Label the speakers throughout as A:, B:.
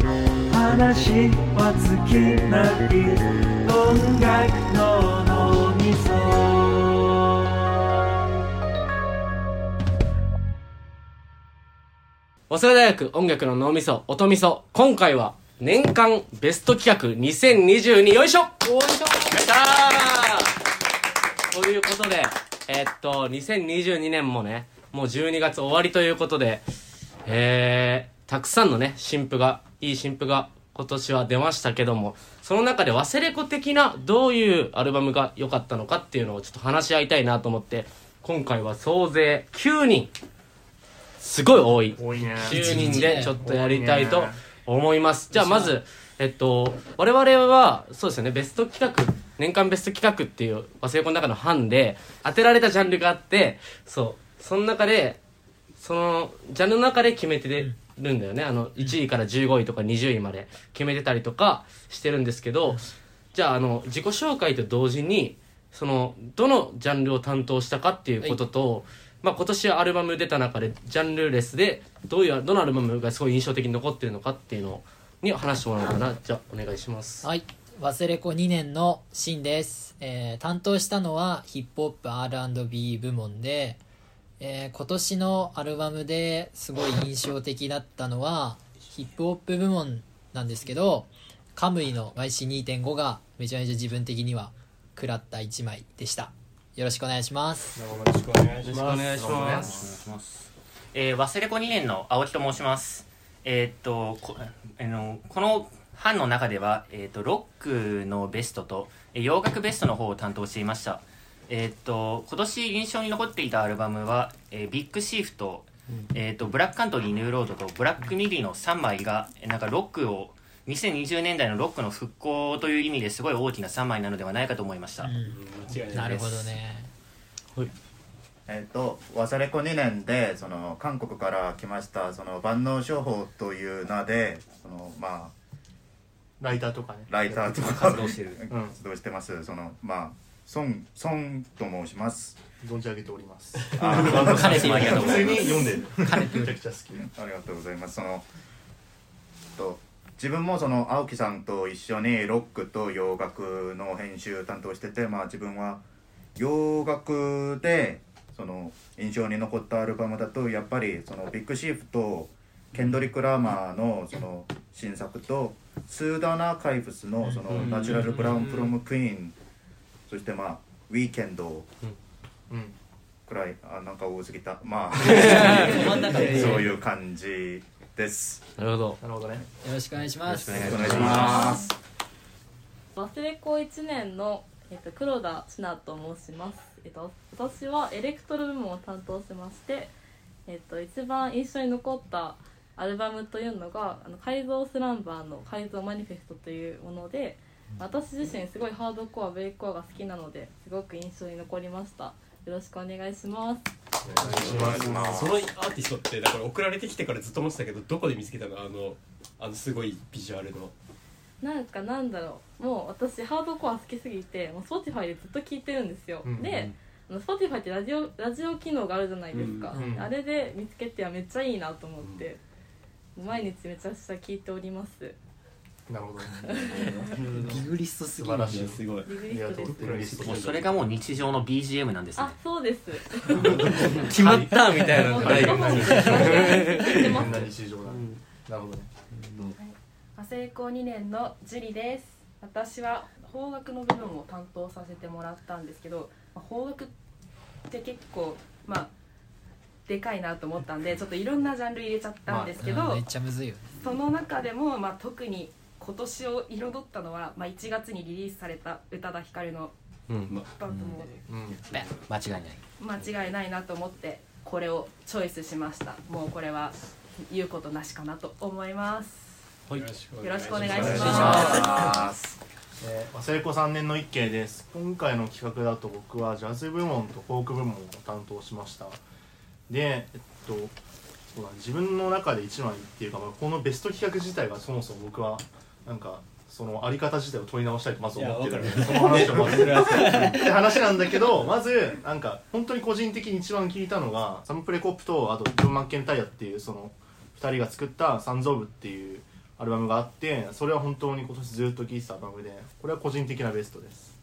A: 話は尽きない音楽の脳みそ
B: 早稲田大学音楽の脳みそ音みそ今回は年間ベスト企画2022よいしょよいしょやったーということでえーっと2022年もねもう12月終わりということでえー、たくさんのね新婦がいい新婦が今年は出ましたけどもその中でワセレコ的などういうアルバムが良かったのかっていうのをちょっと話し合いたいなと思って今回は総勢9人すごい多い
A: 多いね
B: 9人でちょっとやりたいと思います。じゃあまず、えっと、我々は、そうですよね、ベスト企画、年間ベスト企画っていう、和製コの中の班で、当てられたジャンルがあって、そう、その中で、その、ジャンルの中で決めてるんだよね。あの、1位から15位とか20位まで決めてたりとかしてるんですけど、じゃあ、あの、自己紹介と同時に、その、どのジャンルを担当したかっていうことと、まあ今年はアルバム出た中で、ジャンルレスで、どういう、どのアルバムがすごい印象的に残ってるのかっていうのに話してもらおうかな。じゃあ、お願いします。
C: はい。忘れ子2年のシンです。えー担当したのはヒップホップ R&B 部門で、えー今年のアルバムですごい印象的だったのは、ヒップホップ部門なんですけど、カムイの YC2.5 がめちゃめちゃ自分的には食らった1枚でした。よろしくお願いします。
D: よろしくお願いし
B: よろしくお願いします。
D: ます。
E: えー、忘れ子2年の青木と申します。えーっとこ,、あのこの班の中では、えーっとロックのベストと、えー洋楽ベストの方を担当していました。えーっと今年印象に残っていたアルバムは、えービッグシーフと,、えーっとブラックカントリーニューロードとブラックミディの3枚がえーなんかロックを2020年代のロックの復興という意味ですごい大きな3枚なのではないかと思いました。
D: 間違いない。
C: なるほどね。
F: えっと、ワサレコ2年でその韓国から来ましたその万能商法という名でその、まあ、
A: ライターとかね
F: ライターとか
E: 活動してる
A: うん
F: 活動してますその、まあ、ソンソンと申します
A: 存じ上げております
F: あ
E: 彼氏もありがとうご
A: 普
E: ざ
A: 通
E: いま
A: に
E: す。
A: 読んでるめちゃくちゃ好き
F: ありがとうございますそのと自分もその青木さんと一緒にロックと洋楽の編集担当しててまあ自分は洋楽でその印象に残ったアルバムだとやっぱりそのビッグシーフとケンドリック・ラーマーのその新作とスーダーナ・カイブスのそのナチュラル・ブラウン・プロム・クイーンそしてまあウィーケンド
A: うん
F: くらいあなんか多すぎたまあ そう
A: いやいや
F: いう感じです。
B: なるほど。
A: なるほどね
C: よろしくお願いします。
F: お願いします。
G: 忘れ子1年の、えっと、黒田千奈と申します、えっと、私はエレクトロ部門を担当してまして、えっと、一番印象に残ったアルバムというのが「あの改造スランバー」の「改造マニフェスト」というもので私自身すごいハードコアベイコアが好きなのですごく印象に残りましたよろしくお願いします
D: そのアーティストってだから送られてきてからずっと思ってたけどどこで見つけたのあのあのすごいビジュアルの
G: なんかなんだろうもう私ハードコア好きすぎてもう Spotify でずっと聴いてるんですよ、
A: うん
G: であの Spotify ってラジオラジオ機能があるじゃないですか、
A: うんうん
G: あれで見つけてはめっちゃいいなと思って、毎日めちゃくちゃ聴いております
A: なるほど
C: ビグリストす
A: 素
C: ぎる
A: 晴らしい
D: すごい
G: リグリストです
A: す
E: もうそれがもう日常の BGM なんですね
G: あ。そうです
B: 決まったみたいな
G: も
B: の
G: う
B: ないよ
G: 5
B: ね。
G: 本で聞いて
A: み
G: ま
A: んな
G: す
A: 日常だなるほどね
H: 和製高2年のジュリです私は邦楽の部分を担当させてもらったんですけどまあ邦楽って結構まあでかいなと思ったんでちょっといろんなジャンル入れちゃったんですけど、
C: うんめっちゃむずいよね。
H: その中でも、まあ、特に今年を彩ったのは、まあ、1月にリリースされた宇多田ヒカルの
B: うん。
H: バンドも
A: うん
E: 間違いない。
H: 間違いないなと思ってこれをチョイスしましたもうこれは言うことなしかなと思います
D: よろしくお
H: よろしくお願いし
D: 願いし
H: ます
I: えー、忘れ子3年の一慶です今回の企画だと僕はジャズ部門とフォーク部門を担当しましたでえっとそうだ自分の中で一枚っていうか、まあ、このベスト企画自体がそもそも僕はなんかそのあり方自体を問い直したいとまず思ってるんで
D: いやわ
I: その話をまずって話なんだけどまずなんか本当に個人的に一番聞いたのがサムプレコップとあとジョン・マッケンタイヤっていうその2人が作った「三蔵部」っていうアルバムがあってそれは本当に今年ずっと聴いてたアルバムでこれは個人的なベストです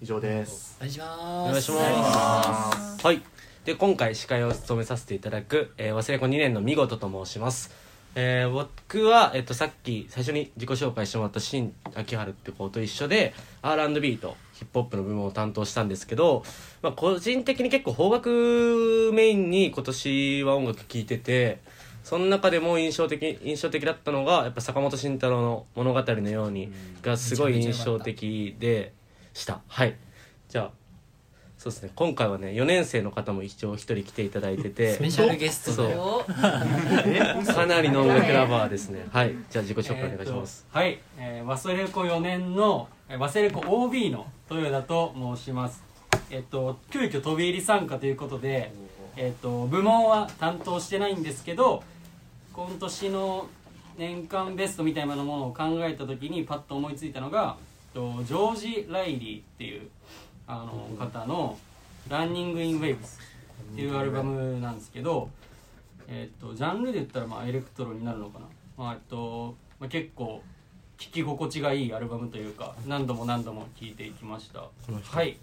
I: 以上です
C: お願いし
B: お
C: ます
B: 願いしますはいで今回司会を務めさせていただく、えー忘れ子2年の見事と申します、えー僕は、えっとさっき最初に自己紹介してもらった新秋春って子と一緒で R&B とヒップホップの部門を担当したんですけど、まあ、個人的に結構邦楽メインに今年は音楽聴いててその中でも印象的印象的だったのがやっぱ坂本慎太郎の物語のようにがすごい印象的でしたはいじゃあそうですね今回はね4年生の方も一応一人来ていただいてて
C: スペシャルゲストだよ
J: お
B: かなりの音楽ラバーですねはいじゃあ自己紹介お願いします、
A: えーとはい、えー忘れ子4年のえー忘れ子 OB の豊田と申しますえっと急遽飛び入り参加ということでえっと部門は担当してないんですけど今年の年間ベストみたいなものを考えた時にパッと思いついたのがえっとジョージ・ライリーっていうあの方の「ランニング・イン・ウェイブス」っていうアルバムなんですけど、えっとジャンルで言ったらまあエレクトロになるのかな、まあえっとまあ、結構聴き心地がいいアルバムというか何度も何度も聴いていきましたはいはい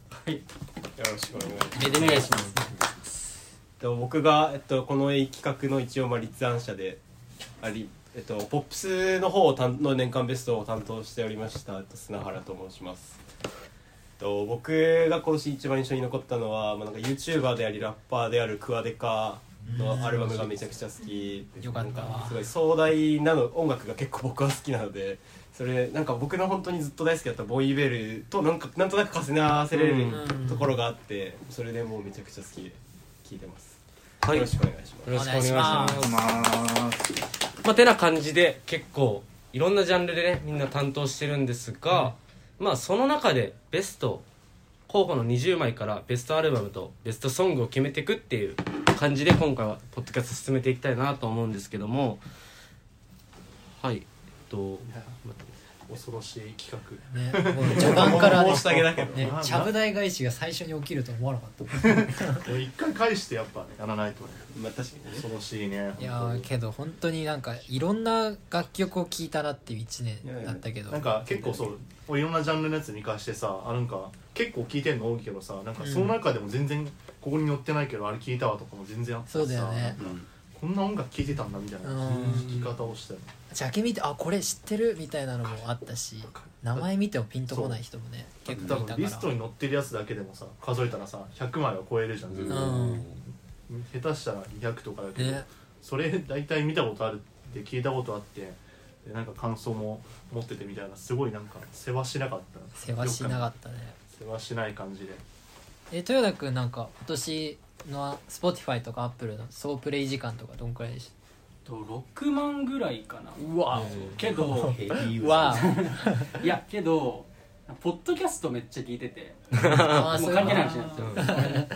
D: ろしくお願いします
A: お願いします
D: えっと僕が、えっと、この企画の一応まあ立案者であり、えっと、ポップスの方を担の年間ベストを担当しておりました、えっと、砂原と申します、えっと、僕が今年一番印象に残ったのは、まあ、なんか YouTuber でありラッパーであるクワデカのアルバムがめちゃくちゃ好きで
C: よかったわ
D: なんすごい壮大なの音楽が結構僕は好きなのでそれなんか僕の本当にずっと大好きだったボーイベルとなんかなんとなく重ね合わせれる
C: うん
D: ところがあってそれでもうめちゃくちゃ好きで聴いてます
B: はい
D: よ
B: よ
D: ろしくお願いします。
B: ろしくお願いし
C: お願
B: ま
C: い
B: す
C: し
F: まあ
B: まあ、てな感じで結構いろんなジャンルでねみんな担当してるんですが、まあその中でベスト候補の20枚からベストアルバムとベストソングを決めていくっていう感じで今回はポッドキャスト進めていきたいなと思うんですけどもはいえっと
I: 恐ろしい企画
C: ねもう序盤から ね
D: 申し上げだけど。
C: ねちゃぶ台返しが最初に起きるとは思わなかった
I: でも一回返してやっぱねやらないとね
D: まあ確かにね。
I: 恐ろしいね
C: いやーけど本当になんかいろんな楽曲を聴いたなっていう1年だったけど
I: なんか結構そう俺いろんなジャンルのやつ見返してさあなんか結構聞いてんの多いけどさなんかその中でも全然ここに載ってないけどあれ聞いたわとかも全然あってさ
C: そうだよね
I: こんな音楽聞いてたんだみたいな
C: うん
I: 聞き方をしたよ
C: ジャケ見てあこれ知ってるみたいなのもあったし名前見てもピンとこない人もね結
I: 多
C: 構いた
I: 分リス
C: か
I: トに載ってるやつだけでもさ数えたらさ100枚は超えるじゃん全
C: ら
I: 然
C: うん
I: 下手したら200とかだけど
C: ね
I: それ大体見たことあるって聞いたことあってでなんか感想も持っててみたいなすごいなんか世話しなかった
C: 世話しなか
I: っ
C: ったね
I: た世話しない感じで
C: え豊田君なんか今年の Spotify とか Apple の総プレイ時間とかどんくらいでし
A: えっと6万ぐらいかな
C: うわ
A: けど
C: わ
A: いやけどポッドキャストめっちゃ聞いてて
C: あー
A: も
C: そうう
A: 関係ないいう話になっちゃう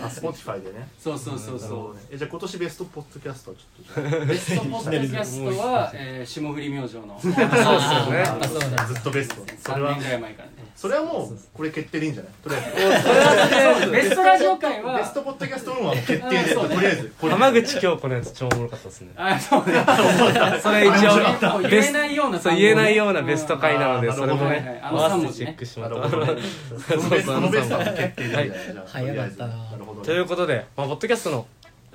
I: あ Spotify でね
A: そうそうそう
I: なるほ
A: そ
I: どねえじゃあ今年ベストポッドキャストはちょっとじゃ
A: うベストポッドキャストは、えー、霜降り明星 のそ
C: そ
A: う
C: う
I: ね
C: あそうだ
I: あずっとベストそ
A: 3
I: れは
A: 年ぐらい前からね
I: それはもうこれ決定でいいんじゃないとりあえず
A: ベストラジオ界は
I: ベストポッドキャストのは決定で
A: あ そうね
I: とりあえずこれ
B: 浜口京子のやつ超おもろかったですね
A: あそうね
B: それ一
A: もう
B: 応
A: 言
B: ベ
A: え
B: スト
A: ないような
B: そう言えないようなベスト
A: 回
B: 回なので
I: あー
B: それも
I: なるほど
A: はいはい
B: ね
A: あの三
B: 合わ
A: 文
B: せてチ
A: 字
B: ェッ
A: ね
B: クし
I: な
B: ま
I: る
B: し
I: ほ
B: た
I: どねそのベストのベストは決定でいいんじゃないじゃあ
C: 早かったな
I: とりあえずなるほどね
B: ということで、まあ、ポッドキャストの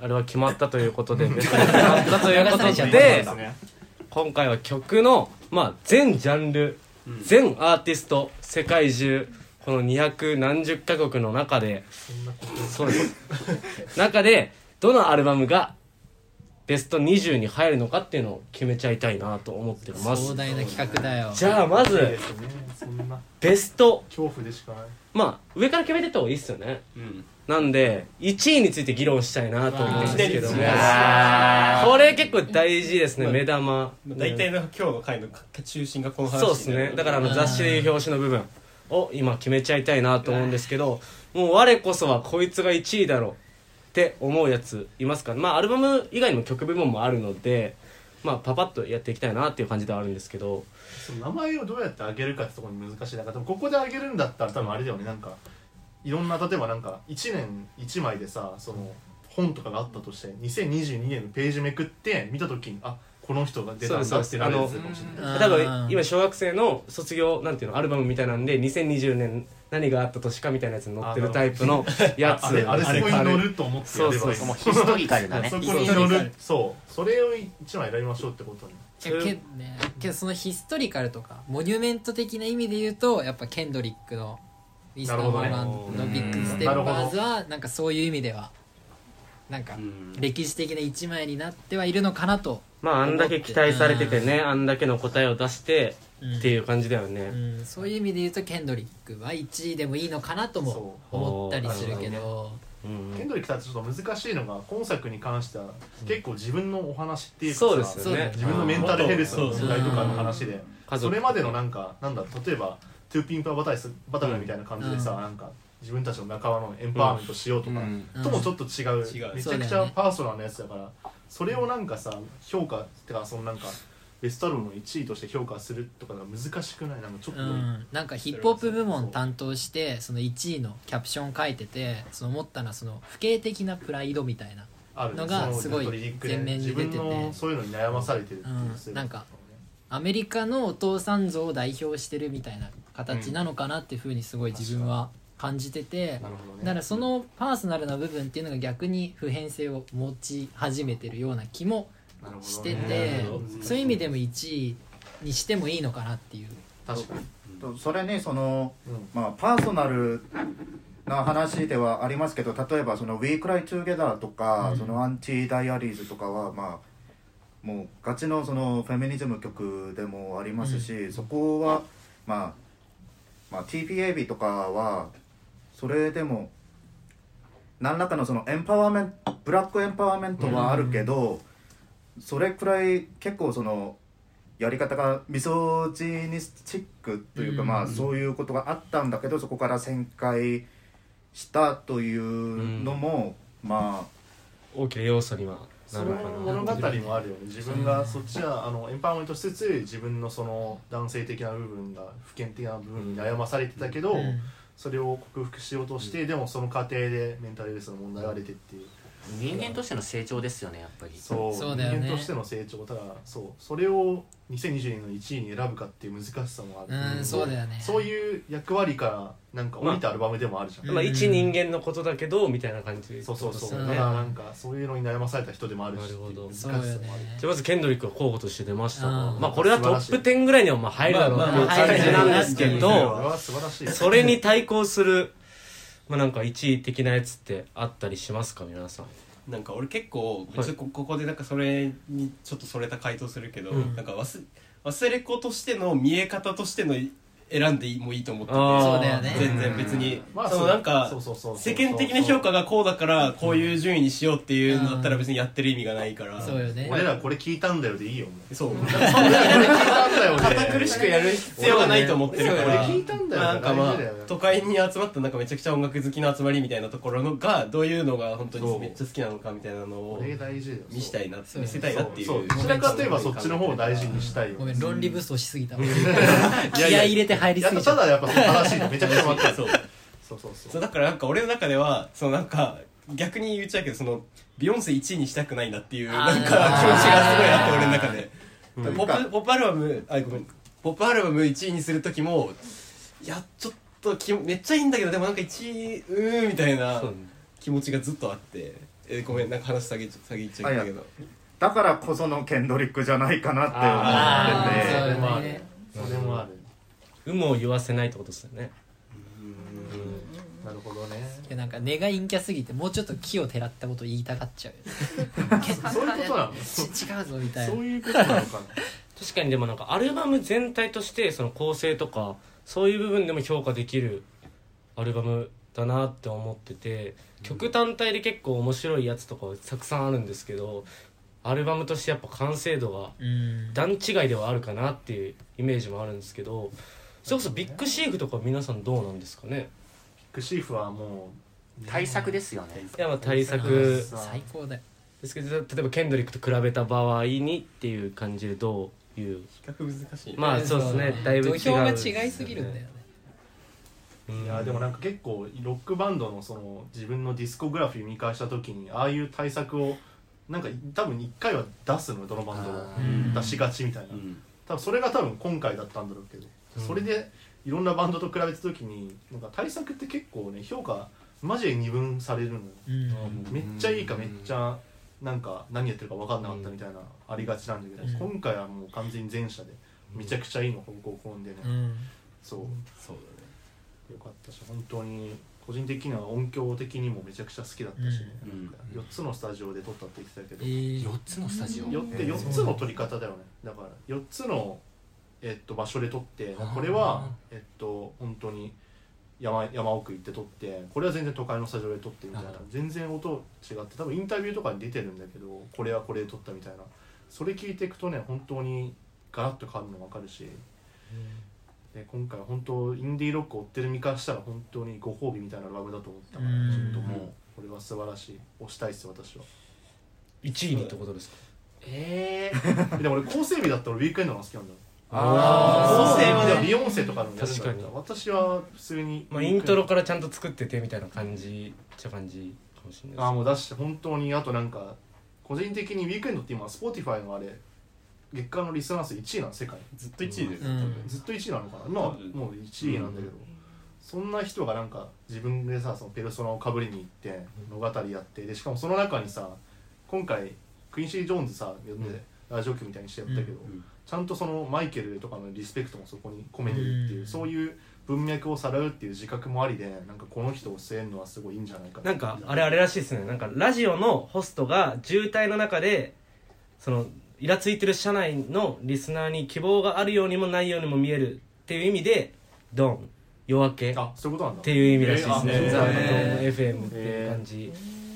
B: あれは決まったということで別に決まったということで今回は曲の、まあ、全ジャンル、全アーティスト世界中この200何十カ国の中でそうです中でどのアルバムがベスト20に入るのかっていうのを決めちゃいたいなと思ってま
C: 壮
B: す
C: 大な企画だよ
B: じゃあま
I: いい
B: ず
I: ですねそんな
B: ベスト
I: 恐怖でしかない
B: まあ上から決めてった方がいいっすよね
D: うん。
B: なんで1位について議論したいなと思うんですけども
D: うわ
B: これ結構大事ですね目玉
D: 大体の今日の回の中心がこの話にな
B: そう
D: る
B: ですねだからあの雑誌でいう表紙の部分を今決めちゃいたいなと思うんですけどもう我こそはこいつが1位だろうって思うやついますかまあアルバム以外にも曲部門もあるのでまあパパッとやっていきたいなっていう感じではあるんですけど
I: その名前をどうやってあげるかってところに難しいなんか多分ここであげるんだったら多分あれだよねなんかいろんな例えばなんか1年1枚でさその本とかがあったとして2022年のページめくって見た時にあこの人が出たんだ
B: そうで
I: っ
B: す
I: てなるやつかもしれない
C: うん
B: 多分今小学生の卒業なんていうのアルバムみたいなんで2020年何があった年かみたいなやつに載ってるタイプのやつ
I: あれあれそこに乗ると思ってやればいい
B: そう
E: もうヒストリカルだね
I: そこに乗るそうそれを一枚選びましょうってことに
C: いやけねけどそのヒストリカルとかモニュメント的な意味で言うとやっぱケンドリックの「ウィスター・
I: なるほ
C: ホ
I: ど
C: ー
I: ね
C: ランド」の「ビッグ・ステッパーズ」はなんかそういう意味ではなんか歴史的な一枚になってはいるのかなと、
B: まああんだけ期待されててねあんだけの答えを出して
C: うん
B: っていう感じだよ
C: う
B: ね
C: ん、そういう意味で言うとケンドリックは1位でもいいのかなとも
I: そう
C: 思ったりするけど
B: うん
I: ケンドリックさんってちょっと難しいのが今作に関しては結構自分のお話っていうかさ
B: そうです
C: そう
B: よ
C: だよ
B: ね
I: 自分のメンタルヘルスの問題とかの話で
B: 家
I: そ
B: 族
I: れまでのなんかなんだろう例えば「トゥーピンパーバタイスバタフライ」みたいな感じでさ、
C: うん
I: なんか自分たちの仲間のエンパワーメントしようとか、ともちょっと違う,、
D: 違う
I: めち
C: そ
I: ゃく
C: う
I: ち
C: だよ
I: ゃ
C: ね
I: パーソナルなやつだからそれをなんかさ評価ってかそのなんかベストアルバムの1位として評価するとかが難しくないなんかちょっ
C: う
I: と、
C: ん、なんかヒップホップ部門担当してその1位のキャプション書いててその思ったのはその不敬的なプライドみたいな
I: ある
C: のが
I: そ
C: すごい
I: やっぱりリリックで
C: 前面に
I: 自
C: 出てて
I: 分のそういうのに悩まされてるっていうのがすごい
C: うんなんかアメリカのお父さん像を代表してるみたいな形なのかなっていうふうにすごい自分は感じてて
I: なるほどね
C: だからそのパーソナルな部分っていうのが逆に普遍性を持ち始めてるような気も
I: なるほどね
C: してて
I: なるほど
C: そういう意味でも1位にしてもいいのかなっていう
I: 確かに、
F: とそれにその、
I: うん
F: まあ、パーソナルな話ではありますけど例えばその「We Cry Together」とか、
C: うん
F: その「アンチ・ダイアリーズ」とかはまあもうガチのそのフェミニズム曲でもありますし、そこは、まあ、まあ TPAB とかはそれでも何らかのそのエンパワーメントブラックエンパワーメントはあるけど、それくらい結構そのやり方がミソジニスチックというか、
C: うん
F: まあそういうことがあったんだけどそこから旋回したというのも、まあ
B: 大きな要素にはな
I: そ
B: る
I: の
B: のかな
I: 物語もあるよね自分がそっちはあのエンパワーメントしつつ自分のその男性的な部分が不健的な部分に悩まされてたけど、
C: うん
I: それを克服しようとして、でもその過程でメンタルヘルスの問題が出てっていう
E: 人間としての成長ですよねやっぱり
I: そう
C: そうだよね
I: 人間としての成長ただそうそれを2020年の1位に選ぶかっていう難しさもあ
C: う
I: る、
C: んそうだよね
I: そういう役割からなんか降りたアルバムでもあるじゃん、
C: うん
B: まあ一人間のことだけどみたいな感じ
I: そうそうそう
C: そうだ
I: た
C: ね
I: だなんかそういうのに悩まされた人でもあるし
B: なるほど
I: 難し
C: そ
I: さ
C: う
I: もあ
C: よ
I: る
C: ね
B: じゃあまずケンドリックは候補として出ましたが
C: うん
B: まあこれはトップ10ぐらいにはまあ入るだろうっていう
C: まあまあ
B: 感じなんですけ
I: それ
B: ど
I: は素晴らしい
B: それに対抗するまあなんか1位的なやつってあったりしますか皆さん
D: なんか俺結構、
B: はい
D: ちょっとここでなんかそれにちょっとそれた回答するけど、
B: うん
D: なんか忘忘れ子としての見え方としての選んでもいいと思ってて
B: あー
C: そうだよね
D: 全然別に、
I: まあ
D: その
I: そう
D: なんか
I: そうそうそうそ
D: 世
I: う
D: 間的な評価がこうだからこういう順位にしようっていうのだったら別にやってる意味がないから、
C: そうよね
I: 俺らこれ聞いたんだよでいいよもう
D: そう
I: 聞いたんだよで
D: 堅苦しくやる必要がないと思ってるか
I: 俺
D: ら、
I: 聞いたんだよ
D: まあなんかまあ
I: 大事だよ
D: 都会に集まったなんかめちゃくちゃ音楽好きの集まりみたいなところのがどういうのが本当
I: そ
D: に
I: う
D: めっちゃ好きなのかみたいなの
I: こ
D: を
I: れ大事だよ
D: 見したいな
C: そう
D: 見せたいなっていう
I: そうどちらかといえばそっちの方を大事にしたいよ
C: ごめん論理武装しすぎた
D: い
C: 気
D: やいや
C: 合い入れて入り
I: や
C: す
I: っ
C: ぎ
I: ぱ
C: ちゃ
I: た
C: っ
I: だやっぱ正しいのめちゃくちゃ分かる
D: そう
I: そうそう
D: そ
I: そうう
D: だからなんか俺の中ではそのなんか逆に言っちゃうけどそのビヨンセ1位にしたくないなっていうなんか気持ちがすごいあって俺の中で、ポップポップアルバムあごめんポップアルバム1位にする時もいやちょっときめっちゃいいんだけどでもなんか1位うーんみたいな気持ちがずっとあって、えーごめんなんか話下げちゃ下げちゃうんだけど
F: だからこそのケンドリックじゃないかなって思
C: あ
F: っ
C: ー
F: てて。
C: そう
I: それも
C: よ
I: ある
C: ね
I: それもある
B: 有無を言わせないってことですよね
I: なるほどね
C: いやなんか根が陰キャすぎてもうちょっと木をてらったこと言いたがっちゃうよ
I: そういう ことなの
C: ち違うぞみたい
I: そ
C: な
I: ういうことなのかな
B: 確かにでもなんかアルバム全体としてその構成とかそういう部分でも評価できるアルバムだなって思ってて曲単体で結構面白いやつとかたくさんあるんですけどアルバムとしてやっぱ完成度が
C: うん
B: 段違いではあるかなっていうイメージもあるんですけどそれこそビッグシーフとか皆さんどうなんですかね
I: クシーフはも
E: 対策ですよね
B: いやまあ対策
C: 最高だよ
B: ですけど例えばケンドリックと比べた場合にっていう感じでどういう
D: 比較難しい、
B: まあそうですねだいぶ違う
C: 土俵が違いすぎるんだよね
B: う
I: うんいやでもなんか結構ロックバンドのその自分のディスコグラフィー見返した時にああいう対策をなんか多分1回は出すのよどのバンド
K: あ
I: も
K: ー
I: 出しがちみたいな、多分それが多分今回だったんだろうけど、それでいろんなバンドと比べた時になんか対策って結構ね評価マジで二分されるのよ
C: うん
I: めっちゃいいかめっちゃなんか何やってるか分かんなかったみたいなありがちなんだけど、今回はもう完全に前者でめちゃくちゃいいの方向を運んでね、
C: うん
I: そうそうだねよかったし本当に個人的には音響的にもめちゃくちゃ好きだったしね、
D: うん
I: なんか4つのスタジオで撮ったって言ってたけど、
C: えー
E: 4つのスタジオ
I: よって4つの撮り方だよねだから4つの、えっと、場所で撮ってこれはえっと本当に山山奥行って撮ってこれは全然都会のスタジオで撮ってみたいな全然音違って多分インタビューとかに出てるんだけどこれはこれで撮ったみたいなそれ聞いていくとね本当にガラッと変わるの分かるし、で今回は本当インディーロックを追ってる身からしたら本当にご褒美みたいなアルバムだと思ったから
C: うん
I: ちょっともうこれは素晴らしい推したいっす私は。
B: 1位にってことですか
I: えー、でも俺構成日だったら俺ウィークエンドの方が好きなんだよ構
B: ああ
I: 成日ではビヨンセとかのやつだ
K: 確
I: っ
K: か
I: た
K: に
I: 私は普通に、
B: まあイントロからちゃんと作っててみたいな感じっちゃ感じかもしれ
I: あ
B: な
I: あ
B: いで
I: もう出して本当にあとなんか個人的にウィークエンドって今 Spotify のあれ月間のリスナー数1位なの世界
D: ずっと1位で、
C: うん
I: ずっと1位なのかな今はもう1位なんだけど、そんな人がなんか自分でさそのペルソナをかぶりに行って物語やってでしかもその中にさ今回クインシー・ジョーンズさ呼んで、ラジオ局みたいにしてやったけど、ちゃんとそのマイケルとかのリスペクトもそこに込めてるっていう、
C: うん
I: そういう文脈をさらうっていう自覚もありでなんかこの人を据えるのはすごいいいんじゃないか
B: すなんかあれあれらしいですねなんかラジオのホストが渋滞の中でそのイラついてる社内のリスナーに希望があるようにもないようにも見えるっていう意味でドン夜明けっ
I: あそういうことなんだ
B: ていう意味らしいですね、
I: えーあ
B: ザ・ドン
I: え
B: FM っていう感じ、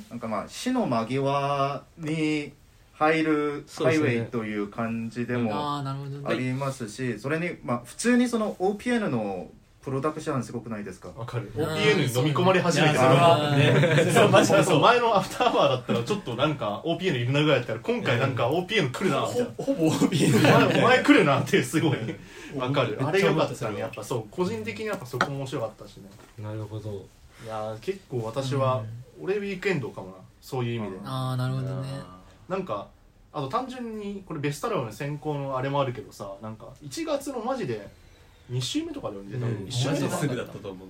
F: なんかまあ死の間際に入る
B: そう
F: ハ
B: で
F: イ
B: す
F: ウ
B: ね
F: ェイという感じでも
C: ああなるほど
F: ありますしそれにまあ普通にその OPN のプロダクションすごくないですか
I: わかる
C: うん
I: OPN に飲み込まれ始めてる
D: いやそれは
I: そうマジでそう前のアフターバーだったらちょっとなんか OPN いるなぐらいだったら今回なんか OPN 来るなみたいな
D: ほぼ OB
I: お前お前来るなってすごいわかる
D: めっちゃ
I: あれが良かった
D: それ
I: ね
D: は
I: やっぱそう個人的にやっぱそこも面白かったしね
B: なるほど
I: いやー結構私は俺ウィークエンドかもなそういう意味で
C: ああなるほどね
I: なんかあと単純にこれベストアルバムの選考のあれもあるけどさなんか1月のマジで2週目とかで出たの、
B: うん
I: 1
D: 一
I: 週
D: 緒
I: 目と
D: に
I: か
D: すぐだったと思う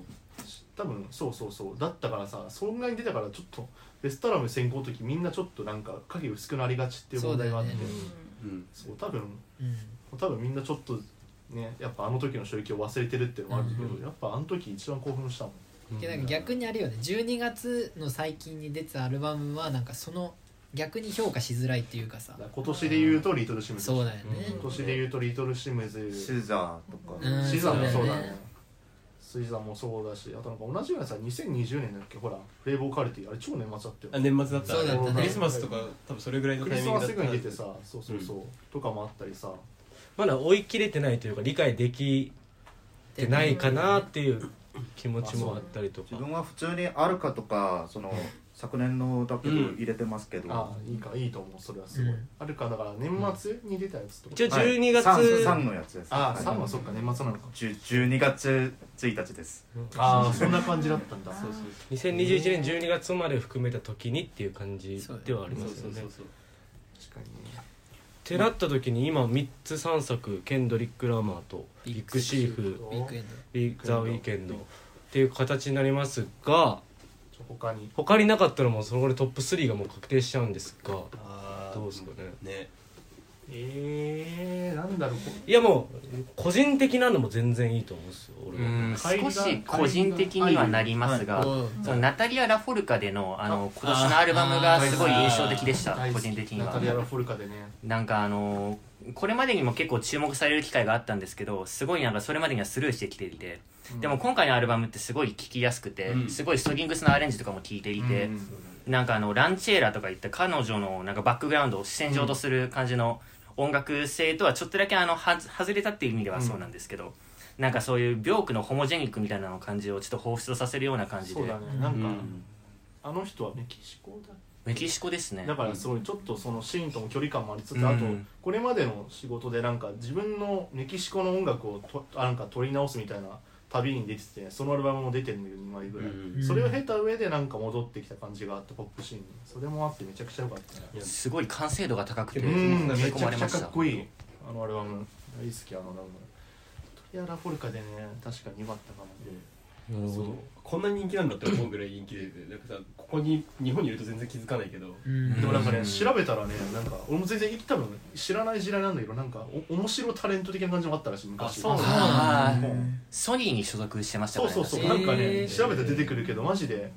I: 多分そうそうそうだったからさそんなに出たからちょっとベストアルバム選考の時みんなちょっとなんか影薄くなりがちっていう問題があって
C: そうだよ
I: そう多分
C: うん
I: 多分みんなちょっとねやっぱあの時の衝撃を忘れてるっていうのもあるけど、やっぱあの時一番興奮したもん
C: けどなんか逆にあるよね12月の最近に出たアルバムはなんかその逆に評価しづらいっていうかさ
I: だから今年で言うとリトルシムズ
C: そうだよね
I: 今年で言うとリトルシムズ
F: シザーとか
C: うん
I: シザーもそう
C: そう
I: だ
C: だ
I: ね
C: ね。
I: シザーもそうだし、あとなんか同じようなさ、2020年だっけ、ほら、フレーボーカルティ、あれ超年末だったよ
D: あ。年末だった
C: そうだったね
D: クリスマスとか多分それぐらいの
I: ク
D: タ
I: リ
D: イ
I: ス
D: ミングだ
I: マ
D: っ
I: ス
D: た
I: ぐらいに出てさ、そうそうそう、とかもあったりさ、
B: まだ追い切れてないというか理解できてないかなっていう気持ちもあったりとか
F: 自分は普通にアルカとかその昨年のだけど入れてますけど、
I: ああ、いいか、いいと思う、それはすごい。
C: うん
I: あるか、だから年末に出たやつとか。
B: 一応12月、
F: はい3、3のやつです
I: ああ、
F: はい
I: 3はそっか、年末なのか。
F: じゅ12月1日です
I: ああ、そんな感じだったんだ。そうそう
B: 2021年12月まで含めた時にっていう感じではありますよね。っ
D: そう
I: 確かにね。
B: てなった時に今3つ3作ケンドリック・ラマーとビッグシーフ
C: ウィークエンド
B: ビッグ・ザ・ウィーケンドっていう形になりますが
I: ちょ他に。
B: 他になかったのもそこでトップ3がもう確定しちゃうんですが
D: あ
B: どうですかね
D: あね
I: ええ、なんだろう、こ
B: いやもう個人的なのも全然いいと思うんですよ俺は
E: うん
I: 帰りが
E: 少し個人的にはなりますが、そのナタリア・ラフォルカでのあの今年のアルバムがすごい印象的でした
I: 大好
E: 個
I: き
E: 人的に
I: ナ
E: は
I: タリア・ラフォルカでね。
E: なんかあのこれまでにも結構注目される機会があったんですけどすごいなんかそれまでにはスルーしてきていて、でも今回のアルバムってすごい聴きやすくて、すごいストリングスのアレンジとかも聴いていて、
I: うん
E: なんかあのランチェーラとか言って彼女のなんかバックグラウンドを視線上とする感じの音楽性とはちょっとだけあのはず外れたっていう意味ではそうなんですけど、なんかそういう病句のホモジェニックみたいなの感じをちょっと彷彿とさせるような感じで、
I: そうだね、なんか、あの人はメキシコだ
E: メキシコですね
I: だからすごいちょっとそのシーンとも距離感もありつつ、
E: うん
I: あとこれまでの仕事でなんか自分のメキシコの音楽をとあなんか取り直すみたいな旅に出ててそのアルバムも出てるんだけど2枚ぐらい、
E: うん
I: それを経た上でなんか戻ってきた感じがあってポップシーンにそれもあってめちゃくちゃ良かったね
E: すごい完成度が高くて
I: うん、
E: め
I: め
E: 込
I: ち
E: ま
I: ゃく
E: れ
I: ち
E: ま
I: ゃ
E: し
I: か
E: た
I: っこいいあのアルバム大好きあのなんだろうトリアラフォルカでね確かに良かったかも、
K: なるほど
D: こんなに人気なんだって思うぐらい人気でなんかさここに日本にいると全然気づかないけど
I: でもなんかね、
E: うん
I: 調べたらねなんか俺も全然多分知らない時代なんだけどなんかお面白タレント的な感じもあったらしい
D: あ
I: 昔
D: そうなんだ
E: あー
I: もう
E: ソニーに所属してました
I: そ
E: か
I: う
E: ら
I: そうそ
E: 私
I: う、なんか
K: へ
I: ね
K: ー
I: 調べたら出てくるけどマジで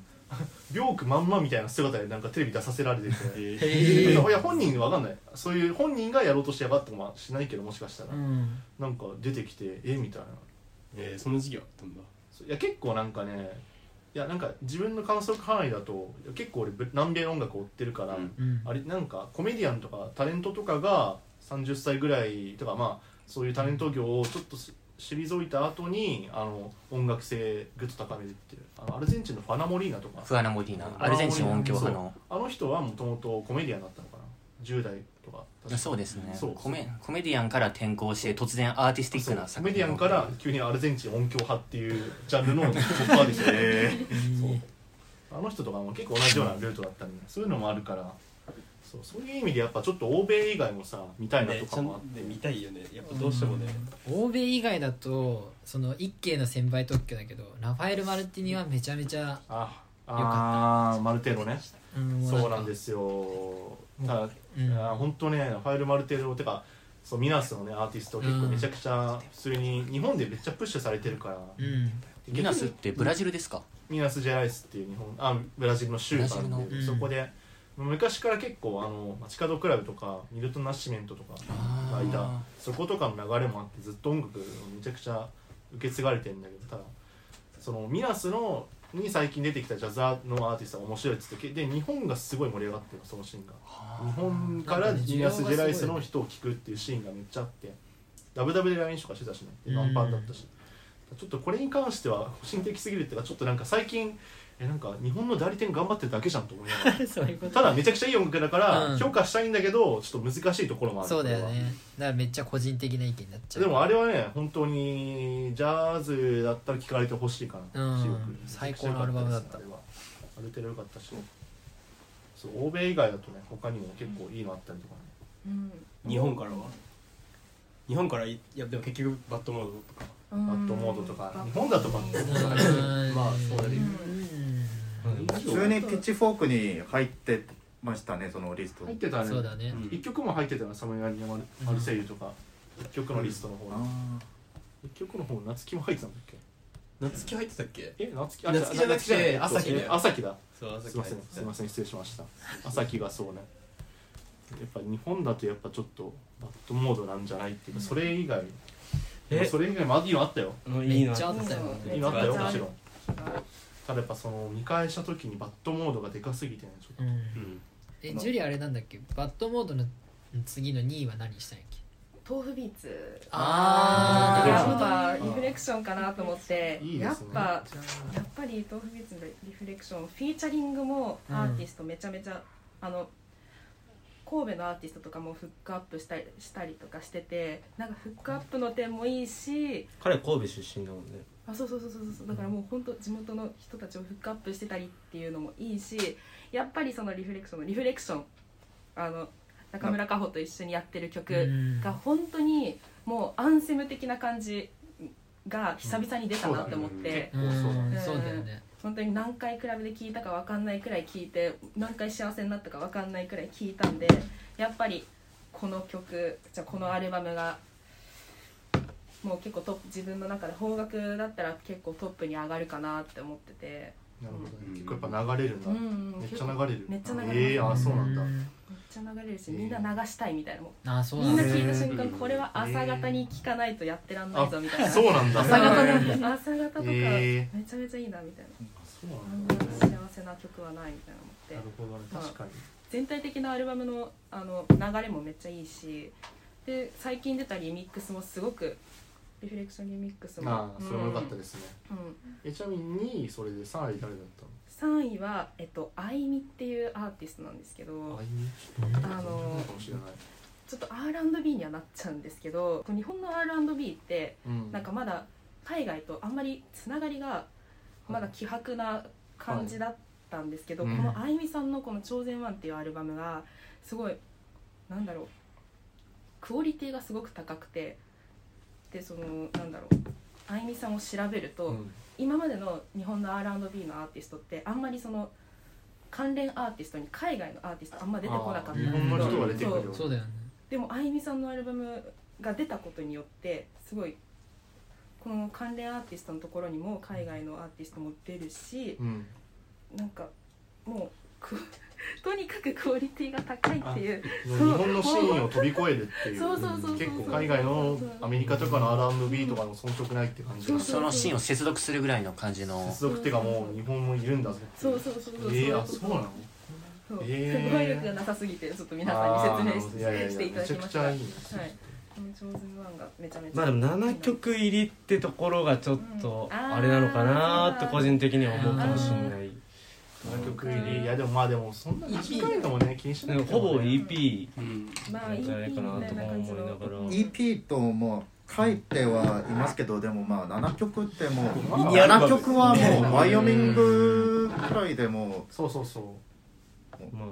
I: 病気まんまみたいな姿でなんかテレビ出させられてて、
K: へー
I: いや本人わかんないそういう本人がやろうとしてやがったかもしれないけどもしかしたら、
C: うん
I: なんか出てきてえみたいな
D: えー、その時期はあったんだ
I: そういや結構なんかねいやなんか自分の観測範囲だといや結構俺ぶ南米の音楽を追ってるから、
E: うん
C: うん
I: あれなんかコメディアンとかタレントとかが30歳ぐらいとかまあそういうタレント業をちょっとし退いた後にあの音楽性グッと高めるっていうあのアルゼンチンのファナモリーナとか
E: フアナモディーナアルゼンチン音響派の
I: あの人はもともとコメディアンだったのかな10代とか確か
E: そうですね
I: そう
E: コメコメディアンから転向して突然アーティスティックな
I: そう
E: 作
I: コメ
E: 品
I: ディアンから急にアルゼンチン音響派っていうジャンルのトッパーでしたね
F: え
I: そうあの人とかも結構同じようなルートだったりそういうのもあるからそうそういう意味でやっぱちょっと欧米以外もさ見たいなと
D: ねち
I: か
D: ゃ
I: もあっ
D: んね見たいよねやっぱどうしてもね
C: 欧米以外だとその一慶の先輩特許だけどラファエル・マルティニはめちゃめちゃ、
I: あ
C: よ
I: あーマルテロね
C: うん、
I: そうなんですすよただ、
C: うん
I: あー本当ねファイルマルテロてかそうミナスのねアーティスト結構めちゃくちゃ普通に日本でめっちゃプッシュされてるから、
C: うん
E: ミナスってブラジルですか
I: ミナス・ジェライスっていう日本あブラジルの州があるん
E: ブ
I: で、
C: ラジルの
I: そこで昔から結構あの街角クラブとかミルト・ナッシメントとかがいた
E: あ
I: そことかの流れもあってずっと音楽をめちゃくちゃ受け継がれてるんだけどただそのミナスのに最近出てきたジャザーのアーティストが面白いっつってで日本がすごい盛り上がってるのそのシーンが日本からミナス・ジェライスの人を聞くっていうシーンがめっちゃあってダブダブで LINE とかしてたしねでワンパンだったしちょっとこれに関しては個人的すぎるっていうかちょっとなんか最近えなんか日本の代理店頑張ってるだけじゃんと思いながら
C: そういうこと
I: ただめちゃくちゃいい音楽だから
C: うん
I: 評価したいんだけどちょっと難しいところもある
C: そうだよねだからめっちゃ個人的な意見になっちゃう
I: でもあれはね本当にジャズだったら聴かれてほしいかな、
C: うん
I: すごく
C: 最高のアルバムだった
I: あれはある程度良かったしそう欧米以外だとね他にも結構いいのあったりとかね
H: うん
D: 日本からは日本からいいやでも結局バッドモードとか
H: うん
I: バッドモードとか
H: バッド
I: 日本だとバッドモードとか
C: うん
D: まあそうだね
C: うん
F: 普通にピッチフォークに入ってましたねそのリスト
I: 入ってたね
C: そうだね
D: うん
I: 一曲も入ってたなサムヤニアマルマルセイユとか一曲のリストの方に
F: あ
I: 一曲の方夏木も入ってたんだっけ
D: 夏希入ってたっけ
I: え夏木
D: 夏木じゃなくて
I: 朝
D: 朝
I: 日
D: 日だよ
I: 朝日だ
D: そう
I: すいませんすいません失礼しました朝日がそうねやっぱ日本だとやっぱちょっとバッドモードなんじゃないっていうかそれ以外
B: え
I: それ以外もあいいのあったよ
B: うんいい
C: め
B: な
C: っちゃあったよ
I: いい
C: ね
I: のあったよ
D: めっちゃ
I: も
D: あ
I: ち
D: る
I: ろんただやっぱその見返した時にバッドモードがでかすぎてねちょっと
C: うん
D: うん
C: えジュリあれなんだっけバッドモードの次の2位は何したんやっけ
H: 豆腐ビーツ
C: あ
I: ー
H: やっ
I: な
H: ぱ
I: るほど
H: リフレクションかなと思って
I: いいで
H: やっ
I: すね
H: ぱやっぱり豆腐ビーツのリフレクションフィーチャリングもアーティストめちゃめちゃ、あの神戸のアーティストとかもフックアップしたりしたりとかしててなんかフックアップの点もいいし
B: 彼神戸出身だもんね
H: あそうそうそうそうそうだからもう本当地元の人たちをフックアップしてたりっていうのもいいしやっぱりそのリフレクションのリフレクションあの中村佳穂と一緒にやってる曲、
C: うん
H: が本当にもうアンセム的な感じが久々に出たなって思って、
C: うん
I: そうだ
H: ね
C: そうだよね
H: 本当に何回クラブで聴いたか分かんないくらい聴いて何回幸せになったか分かんないくらい聴いたんでやっぱりこの曲じゃあこのアルバムがもう結構トップ自分の中で邦楽だったら結構トップに上がるかなって思ってて
I: なるほどね結構やっぱ流れるんだ
H: うんうん
I: めっちゃ流れる
H: めっちゃ流れる
I: えーあそうなんだ
H: めっちゃ流れるしみんな流したいみたいなも
C: あそうう
H: み
C: なんんだ
H: な聴いた瞬間これは朝方に聴かないとやってらんないぞみたいな
I: そうなんだ
H: 朝方なんだ朝方とか
I: へ
H: めちゃめちゃいいなみたいな
I: そう
H: あ
I: なん
H: ん
I: だ
H: な幸せな曲はないみたい
I: な
H: な
I: る
H: 思って
I: ほどね確かに
H: 全体的なアルバムのあの流れもめっちゃいいしで最近出たリミックスもすごくリフレクションリミックスも
I: ああそれも良かった
H: す、
I: ですね
H: うん
I: えちなみに2位それで3位誰だったの
H: 3位は、えっと、あいみっていうアーティストなんですけど
I: あいみ
H: あの
I: かもしれない
H: ちょっと R&B にはなっちゃうんですけど日本の R&B って
I: うん
H: なんかまだ海外とあんまりつながりがまだ希薄な感じだったんですけど、
K: はい
H: このあゆみさんのこの「超然ワン」っていうアルバムがすごいなんだろうクオリティがすごく高くてでそのなんだろうあゆみさんを調べると、今までの日本の R&B のアーティストってあんまりその関連アーティストに海外のアーティストあんま出てこなかったんだけど
I: 日本の人が出てくる
H: そう
I: よ
C: そうだよね
H: でもあゆみさんのアルバムが出たことによってすごいこの関連アーティストのところにも海外のアーティストも出るし
I: うん
H: なんかもうくとにかくクオリティが高いっていう
I: 日本のシーンを飛び越えるっていう
H: そうそうそうそう
I: 結構海外のアメリカとかの R&B とかの遜色ないって感じが
H: そう
E: そのシーンを接続するぐらいの感じの
I: 接続っていうかもう日本もいるんだぜってい
H: そうそうそうそう
I: えー、あそうなの
H: そう
I: えー
H: 語彙力がなさすぎてちょっと皆さん
I: あーな
H: に説明し
I: るほどいやいやいや
H: していただき
I: め
H: ました
I: ちゃくちゃいいね
H: はいこの「超人ワン」がめちゃめちゃ
B: まあでも7曲入りってところがちょっと
H: うんあー
B: あれなのかなって個人的には思うかもしれない
I: 7曲入りいやでもまあでもそんな短いのもね気にし
B: で
I: なく
B: も
I: ても
B: ほ
I: ね
B: ぼ EP
A: うん
H: まあ
B: なんじゃないかなとか思いながら
F: EP とも書いてはいますけどでもまあ7曲ってもう
I: まあ
F: 7曲はもうワイオミングくらいでも
I: そうそうそ
B: まあ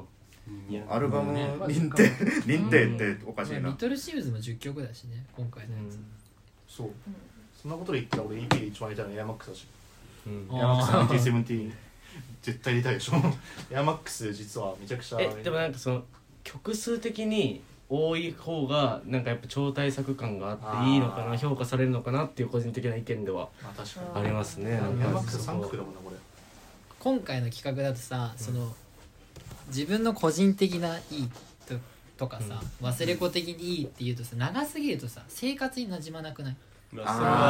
D: いや
F: うアルバム
A: ね
F: 認定認定っておかしい
C: リ
F: な
C: トル シムズも10曲だしね今回
B: う
C: のや
B: ん
C: つ、
I: うそうそんなことで言ったら俺 EP で一番入れたのエアマックスだし
B: うん
I: エアマック ス NT17 絶対入れたいでしょ エアマックス実はめちゃくちゃ
B: えでもなんかその曲数的に多い方がなんかやっぱ超大作感があっていいのか
I: あ
B: な
I: ー
B: 評価されるのかなっていう個人的な意見では
I: まあ確かに
B: ありますね
I: エア
B: なん
I: マッ
B: か
I: クス
B: そ
I: 三
B: こ
I: 角だもんなこれ
C: 今回の企画だとさその、自分の個人的ないいととかさ、忘れ子的にいいって言うとさ長すぎるとさ生活になじまなくない
D: ま
F: あ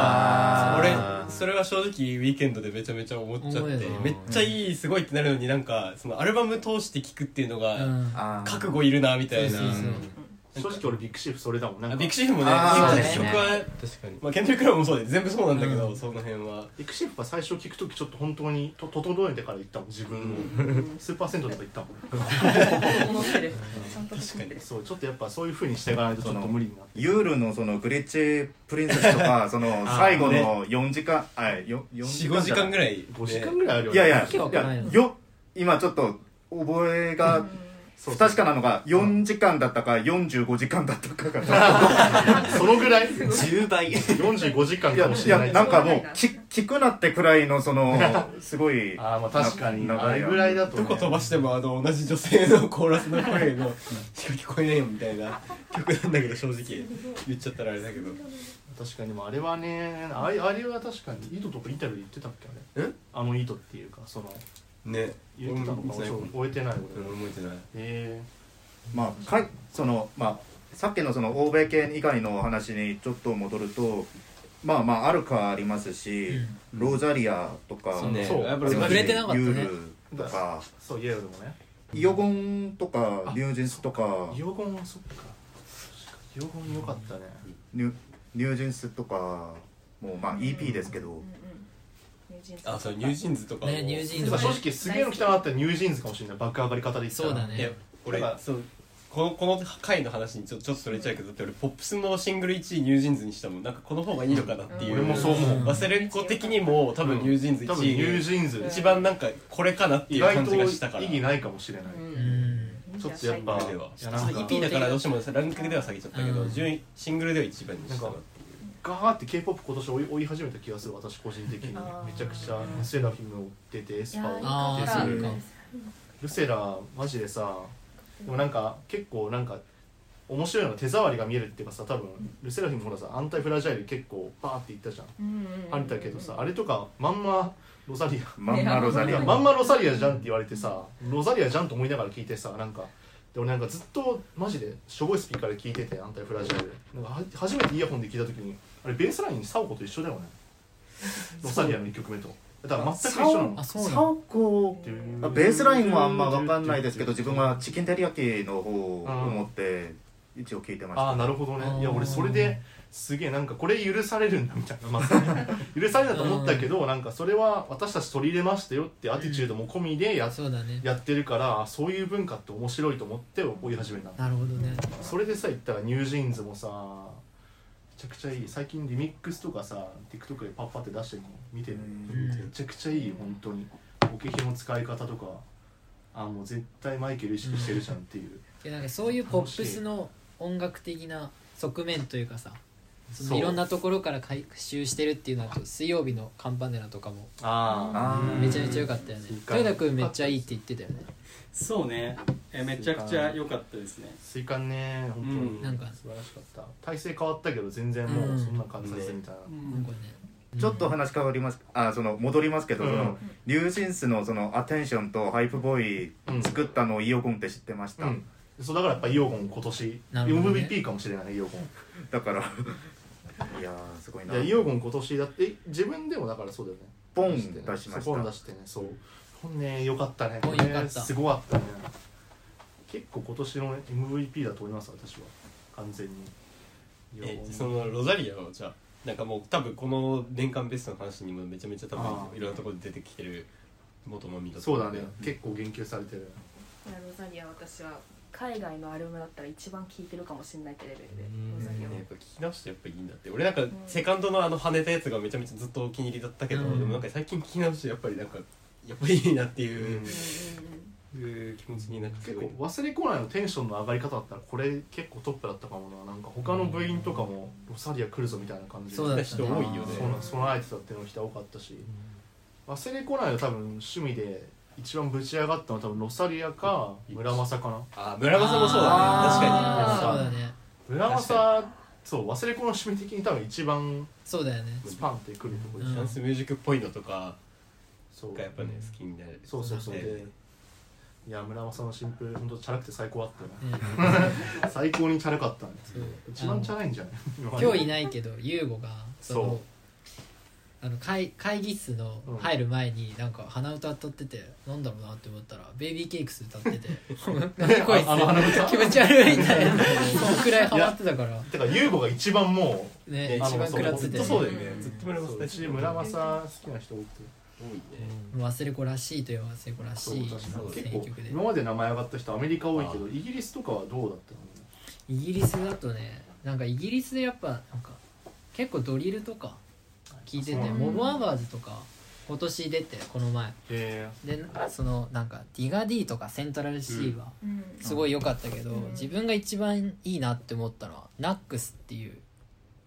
D: あそれは
F: ー
D: 俺それは正直ウィーケンドでめちゃめちゃ思っちゃ
C: 思
D: っ
C: う
D: て
C: よね
D: めっちゃいいすごいってなるのになんかそのアルバム通して聴くっていうの
C: う
D: が
C: ん
F: あー
D: 覚悟いるなみたいな
C: そうそうそう
I: 正直俺ビッグシーフそれだもんなん
D: あ
I: か
D: ビ
I: ビ
D: ッグシーフもね
F: あー
D: 結構曲は
B: 確かに
D: まあケンドリック・ラマーもそうで全部そうなんだけど、
C: うん
D: その辺は
I: ッグシーフは最初聞く時ちょっと本当にと整えてから行ったもん自分のスーパー銭湯とか行ったもん
H: 思ってるちゃんと思ってる
I: そうちょっとやっぱそういうふうにしていかないとちょっと無理になって
F: ユールのそのグリッチプリンセスと かその最後の4時間あよ4
D: 45時間ぐらいで
I: 5時間ぐらいあるよ
F: いやいや
C: けわ
F: い
C: かんない
F: や
C: の
F: よ今ちょっと覚えが
I: そう
F: 不確かなのが4時間だったか45時間だったかが
I: そのぐらい
E: 10倍
I: 45時間
F: い
I: か
F: や
I: もし
F: い
I: れない
F: やなんかもうき聞くなってくらいのそのすご い
I: あーまあ確かに
F: な
I: あれぐらいだとね
D: どこ飛ばしてもあの同じ女性のコーラスの声のしか聞こえないよみたいな曲なんだけど正直言っちゃったらあれだけど
I: 確かにでもあれはねあれあれは確かに井戸とかイタビューで言ってたっけあれ
D: ん
I: あの井戸っていうかその
D: ね
I: 言ってたのか
D: 覚
I: 覚えてない俺へ
D: えてない
I: え
F: まあかいそのまあさっきのその欧米系以外の話にちょっと戻るとまあまあアルカありますし、ロザリアとか、
D: ね
I: そう
D: やっぱり
F: つま
C: 触
F: り
C: れてなかったね
F: ユールとか
I: そうイエローでもね
F: イオゴンとかニュージンスとか
I: イオゴンはそっかイオゴン良かったね
F: ニュニュージンスとかもうまあ EP ですけど
D: あそうニュージーンズとかも
C: ねニュージーン
I: で
C: ズ
I: も
C: も
I: 正直すげえの来たなってニュージーンズかもしれない爆上がり方で言ったら
C: そうだ
D: いや
C: ね
D: 俺そうこのこの回の話にちょちょっとそれちゃうけどだって俺ポップスのシングル1位ニュージーンズにしたもんなんかこの方がいいのかなっていう、
I: 俺もそう思う
D: 忘れっ子的にも多分ニュージーンズ1位
I: 多分ニュージーンズ
D: 一番なんかこれかなってい
I: 意
D: う
I: 外
D: 感
I: と
D: じがしたから
I: 意義ないかもしれない
C: うん
I: ちょっとやっぱ
D: ではい
I: やなんか
D: EP だからどうしてもランクでは下げちゃったけど、
C: うん
D: 順位シングルでは一番にしたなっていう
I: ガーって k p o p 今年追い追い始めた気がする私個人的に
H: あー
I: めちゃくちゃセラフィムを追っててエスパーを追ってて
C: ああそうか
I: ルセラマジでさでもなんか結構なんか面白いのが手触りが見えるっていうかさ多分ルセラフィムほらさアンタイフラジャイル結構バーっていったじゃんあれだけどさあれとかまんまロザリ
F: まんまロザ
I: アい
F: リ
I: や
F: ア
I: まんまロザリアじゃんって言われてさロザリアじゃんと思いながら聞いてさなんかで俺なんかずっとマジでしょぼいスピーカーで聞いててアンタイフラジャイルなんかは初めてイヤホンで聞いた時にあれベースラインサオコと一緒だよねロザリアの1曲目とだから全く一緒なの
C: あそうな
F: サ
C: の
F: オコ
I: っていう
F: ベースラインはあんま分かんないですけど自分はチキンテリヤキの方を思って一応聞いてました
I: ああなるほど
C: あー
I: ねいや俺それですげえなんかこれ許されるんだみたい な、まあ、許されるんだと思ったけどなんかそれは私たち取り入れましたよってアティチュードも込みでや,、
C: そうだね
I: やってるからあそういう文化って面白いと思って追い始めたの
C: なるほどね
I: それでさ言ったらニュージーンズもさちゃくちゃいい最近リミックスとかさ TikTok でパッパって出してるの見てる
F: うん
I: めちゃくちゃいいよ本当におけひの使い方とかあもう絶対マイケル意識してるじゃんっていう
C: でなんかそういうポップスの音楽的な側面というかさそのいろんなところから回収してるっていうのだと水曜日のカンパネラとかも
I: あ
F: あー
C: めちゃめちゃ良かったよね
I: うん
C: 豊田君めっちゃいいって言ってたよね
A: そうねえめちゃくちゃ良かったですね
I: 水管ね本当
A: う
I: に
A: ん
C: なんか
I: 素晴らしかった体勢変わったけど全然もうそんな感じですみたいな、
C: なんかね
F: ちょっと話変わりますあその戻りますけど、
I: うん
F: そのリュウジンスのそのアテンションとハイプボーイ
I: うん
F: 作ったのをイオコンって知ってました、
I: うんそうだからやっぱイオゴン今年、
C: なるほどね
I: MVP かもしれないイオゴン
F: だからいやーすごいない
I: やイオゴン今年だってえ自分でもだからそうだよね
F: ポン
I: 出してね
F: 出しました
I: そうポン出してねそうポンね良かったね
C: ポン良かった
I: これすごかったね結構今年の MVP だと思います私は完全にイオ
D: え
I: ゴン
D: そのロザリアのじゃあなんかもう多分この年間ベストの話にもめちゃめちゃ多
I: あ
D: 分
I: ー
D: いろんなところで出てきてる元のミだと
I: そ
D: 思
I: うんだね結構言及されてる
H: いやロザリア私は海外のアルバムだったら一番聴いてるかもしれないってレベルでロザリア
D: ね
H: を
D: やっぱ聞き直してやっぱいいんだって俺なんかセカンドのあの跳ねたやつがめちゃめちゃずっとお気に入りだったけど、
C: うん
D: でもなんか最近聞き直してやっぱりなんかやっぱいいなっていう,、いう気持ちになんかす
I: 結
D: ご
I: 構
D: い
I: 忘れこないのテンションの上がり方だったらこれ結構トップだったかもななんか他の部員とかもロサリア来るぞみたいな感じで
C: そうだね
D: 人多いよね
I: そうなん備えてたっていうの人多かったし、忘れこないは多分趣味で一番ぶち上がったのは多分ロサリアか村正かな
D: あ村正もそうだね確か
C: あー
I: 確
C: そ
I: かに
C: うだね
I: 村正そう忘れ子の趣味的に多分一番
C: そうだよね
I: スパンってくるとこで、
D: にダンスミュージックっぽいのとか
I: そう
D: がやっぱね好きになる
I: そうそうそう
D: ね
I: でいや村正のシンプル本当チャラくて最高だったね
C: うん
I: 最高にチャラかったね
C: そう
I: 一番チャラいんじゃない今まで
C: 今日いないけど優吾がその
I: そう
C: あの会会議室の
I: うん
C: 入る前になんか鼻歌歌ってて、なんだろうなって思ったら「ベイビーケイクス」歌 ってて「なんでこいつ
I: ああの 鼻歌
C: 気持ち悪い」みたい なそのくらいハマってたから
I: てか優吾が一番も
C: ね
I: あの
C: 一番食らって
I: ず
C: て、
I: と
D: そうだよねずっと村
I: う
D: 正
I: そう
D: だ
I: う
D: し
I: ち村正好きな人多くて
D: 多いね
C: 忘れ子らしいといえば忘れ子ら
I: そ
C: し
I: う
C: い
I: 確かに結
C: 選
I: 構
C: 曲で
I: 今まで名前上がった人アメリカ多いけどイギリスとかはどうだったの
C: イギリスだとねなんかイギリスでやっぱなんか結構ドリルとか聞いてて
I: そうなんだ
C: モブアワーズとか今年出てこの前
I: え
C: でそのなんかディガディとかセントラルシーは、
H: うん
C: すごい良かったけど、
H: うん
C: 自分が一番いいなって思ったのはナックスっていう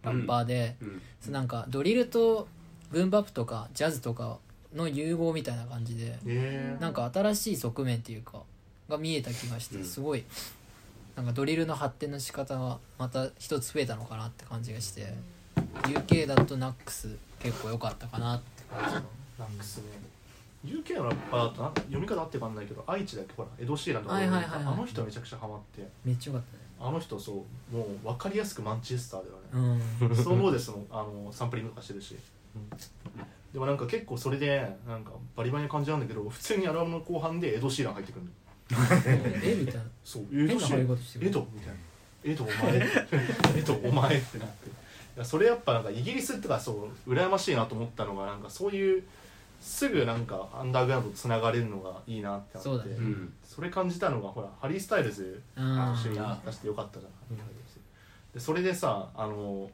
C: ラッパーで、
D: うん
C: そうなんかドリルとブンバップとかジャズとかの融合みたいな感じで
I: ー、え
C: なんか新しい側面っていうかが見えた気がして、すごいなんかドリルの発展の仕方がまた一つ増えたのかなって感じがして、UK だとナックス結構良かったかなって感じの
I: ラックスね UK のラッパーだとなんか読み方合ってるかわかんないけど愛知だっけほらエド・シーランとか、
C: はいはいはいはい
I: あの人めちゃくちゃハマって
C: めっちゃ良かっ
I: あの人そうもう分かりやすくマンチェスターだよ
C: たねうん
I: ねソロですもんあのサンプリングとかしてるし、でもなんか結構それでなんかバリバリな感じなんだけど普通にアルバムの後半でエド・シーラン入ってくるの
C: えみたいな
I: そう
C: 変
I: エド・
C: な
I: シ
C: 入り
I: ーラン
C: 方して
I: エ
C: る
I: ドみたいなエドお前エドお前ってなっていやそれやっぱなんかイギリスとかそう羨ましいなと思ったのがなんかそういうすぐなんかアンダーグラウンドとつながれるのがいいなってなって
C: そうだね
D: うん
I: それ感じたのがほらハリー・スタイルズ
C: うん
I: 主演出してよかったじゃん、でそれでさあの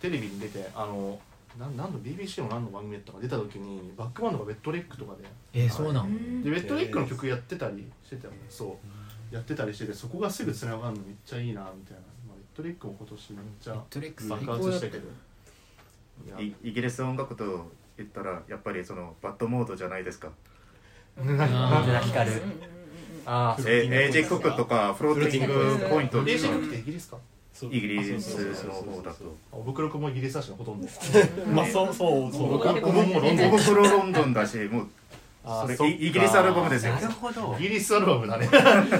I: テレビに出てあのなん何の BBC の何の番組やったか出た時にバックバンドが「ウェットレック」とかで
C: えそうなの
I: でウェットレックの曲やってたりしてたよねそうやってたりしててそこがすぐつながるのめっちゃいいなみたいな、まあ、ウェットレックも今年めっち
C: ネッ
I: ゃ
C: トレックス最
I: 爆
C: 高だ
I: 発
C: っ
I: したた
C: よ
I: けどい
F: イ
I: や
F: イギリス音楽と言ったらやっぱりそのバッドモードじゃないですか
C: あ
E: 宇多田ヒカル
D: ああ
F: えエージェクックとかフローティングポイント
I: イギ
F: イ
I: リスってイギリスか
F: ギリスの方だと
I: あお袋くんもイギリスだしねほとんど
D: まあそうそうそう
I: 僕僕もロンドン
F: 僕プロロンドンだしもう
I: あ
F: それ
I: そっか
F: イイギリスアルバムですよ
E: なるほど
I: イギリスアルバムだね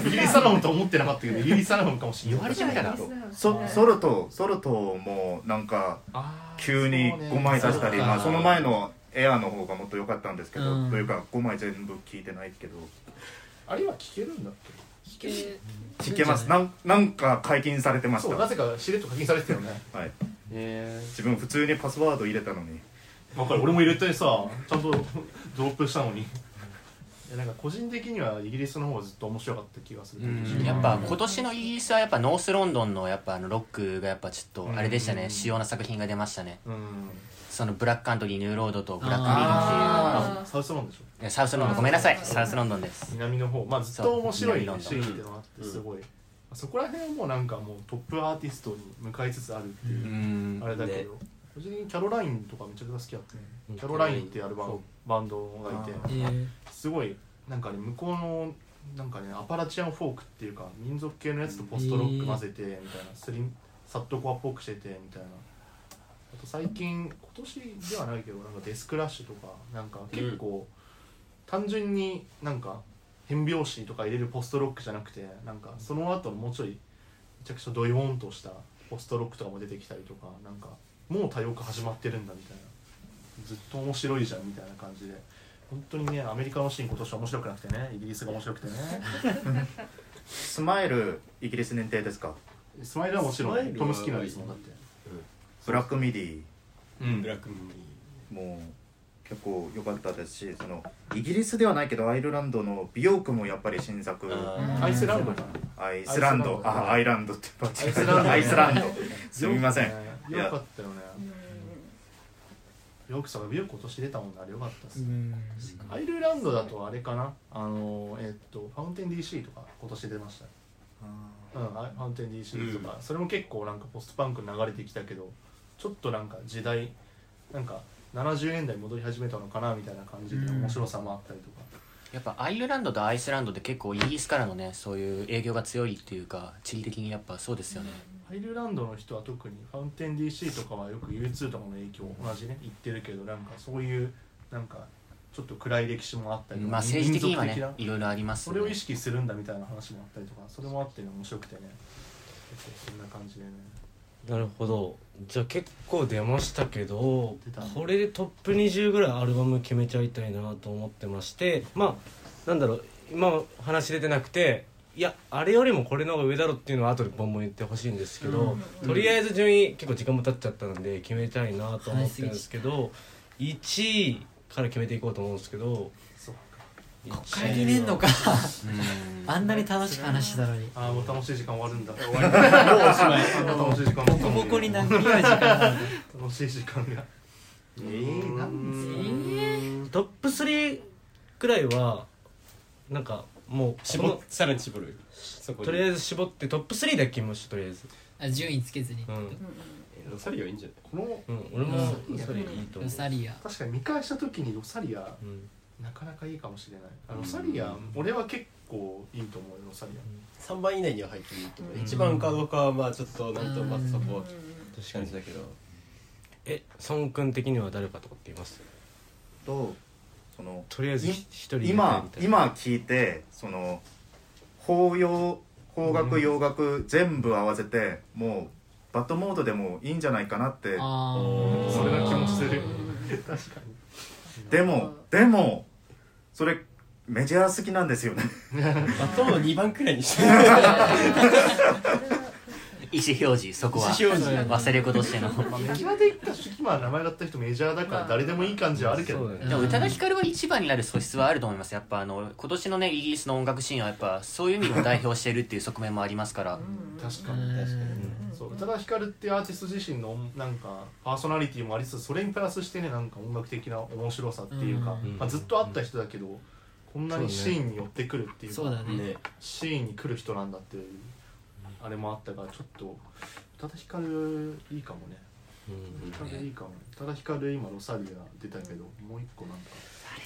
I: イギリスアルバムと思ってなかったけどイギリスアルバムかもしれない
E: 言われてみたら
F: そソルトソルトもなんか
I: あー
F: 急に
I: そうね
F: 5枚出したり
C: そう
F: まあその前のエアーの方がもっと良かったんですけど、
C: うん
F: というか5枚全部聞いてないけど
I: あれは聞けるんだっ
F: 聞けますなんなんか解禁されて
I: け
F: まし
I: そ
F: た
I: うなぜかしれっと課金されてたよね
F: はい、
I: え
F: 自分普通にパスワード入れたのに
I: え分かる俺も入れてさちゃんとドロップしたのにいやなんか個人的にはイギリスの方がずっと面白かった気がする、
E: うんやっぱ今年のイギリスはやっぱノースロンドンのやっぱあのロックがやっぱちょっとあれでしたね、
I: うん
E: 主要な作品が出ましたね
I: うん
E: そのブラックカントリーニューロードとブラックミーンっていう
I: あ
H: あー
I: サウスロンドンでしょ
E: いやサウスロンドンごめんなさいサウスロンドンです
I: 南の方まあずっと面白いシ
E: そう南
I: ーンっていうのがあってすごい、そこら辺はもうなんかもうトップアーティストに向かいつつあるっていうう、
E: ん
I: あれだけど、個人的にキャロラインとかめちゃくちゃ好きだったね、キャロラインっていうアルバムバンドがいて
F: あ
C: えー
I: すごいなんかね向こうのなんかねアパラチアンフォークっていうか民族系のやつとポストロック混ぜてみたいな、スリンサットコアっぽくしててみたいなあと最近今年ではないけどなんかデスクラッシュとかなんか結構、単純になんか変拍子とか入れるポストロックじゃなくてなんかその後のもうちょいめちゃくちゃドヨーンとしたポストロックとかも出てきたりとかなんかもう多様化始まってるんだみたいなずっと面白いじゃんみたいな感じで本当にねアメリカのシーン今年は面白くなくてねイギリスが面白くてね
F: スマイルイギリス認定ですか
I: スマイルはもちろ
D: スマイル
I: ん
D: は
I: トム・スキナーですもんだって
F: ブラックミディ
I: うん
D: ブラックミディ
F: もう結構良かったですしそのイギリスではないけどアイルランドの美容区もやっぱり新作
I: アイスランドかな
F: アイスランドあアイランドって間違えた
I: ア
F: ア
I: イ
F: イ
I: ス
F: ス
I: ラ
F: ラ
I: ンド
F: ンドすみません
I: よく
F: い
I: ね
F: や
I: よかったよねよくさよく今年出たもんねあれよかったっす、アイルランドだとあれかなあのえっとファウンテン DC とか今年出ましたねうんあファウンテン DC とか、それも結構なんかポストパンクに流れてきたけどちょっとなんか時代なんか70年代に戻り始めたのかなみたいな感じで面白さもあったりとか、
E: やっぱアイルランドとアイスランドって結構イギリスからのねそういう影響が強いっていうか地理的にやっぱそうですよね、
I: アイルランドの人は特にファウンテン DC とかはよく U2 とかの影響同じね言ってるけどなんかそういうなんかちょっと暗い歴史もあったりとか
E: まあ政治的には
I: 民族
E: ねいろいろあります
I: そ
E: よ
I: れ
E: ね
I: を意識するんだみたいな話もあったりとかそれもあってね面白くてね結構そんな感じでね
B: なるほどじゃあ結構出ましたけど
I: 出た
B: これでトップ20ぐらいアルバム決めちゃいたいなと思ってましてまあなんだろう今話出てなくていやあれよりもこれの方が上だろっていうのは後でボンボン言ってほしいんですけど、とりあえず順位結構時間も経っちゃったので決めたいなと思ってるんですけど1位から決めていこうと思うんですけど
I: そうか
B: こっ
C: 会議年のかあんなに楽しく話してたのに
I: ああもう楽しい時間終わるんだ終わりだもうおしまいあもう楽しい時間
C: ボコボコに殴り合う時間なんで
I: 楽しい時間がえー、なんですか
B: トップ3くらいはなんかもう
D: 絞
B: こ
D: っさらに絞るそこ
B: の
D: に
B: とりあえず絞ってトップ3だけ決めましょうとりあえず
C: あ順位つけずに
B: うん
D: ロサリオいいんじゃない
I: この
B: うん、俺もそれいいと思
C: ロ
B: う。
C: サリア
I: 確かに見返した時にロサリア
B: うん、
I: なかなかいいかもしれないあロサリア、
B: うん
I: 俺は結構いいと思うよロサリ
D: 3番以内には入っていいと思う
B: うん
D: 1番かどうかはまあちょっとなんとまずそこは
B: 確
D: 感じ。だけど
B: え、孫君的には誰かとかって言います。
F: とその
B: とりあえず
F: い
B: ひ一人入れたい
F: 今
B: みたいな。
F: 今聞いてその法要邦楽洋楽全部合わせてもうバッドモードでもいいんじゃないかなって
C: あ
I: ア
C: ー
I: それな気もする確か
F: でもでもそれメジャー好きなんですよね
D: バットも2番くらいにして
E: 意思表示そこは
D: 意思表示
E: 忘れ子としての
I: に、まあ、メジャーで行った人今名前があった人メジャーだから誰でもいい感じはあるけど、
B: そうだ
E: でも宇多田ヒカルは一番になる素質はあると思いますやっぱあの今年のねイギリスの音楽シーンはやっぱそういう意味を代表してるっていう側面もありますから、
I: 確かに
D: 確か
I: そう宇多田ヒカルっていうアーティスト自身のなんかパーソナリティもありつつそれにプラスしてねなんか音楽的な面白さっていうか、
B: うん
I: まあ、ずっとあった人だけど、こんなにシーンに寄ってくるっていうか
C: そうだ
D: に
C: ね
D: ね
I: シーンに来る人なんだっていうあれもあったからちょっと宇多田ヒカルいいかもね
B: うん
I: 宇多田いいかもね宇多田ヒカル今ロサリア出たけどもう一個なんかあ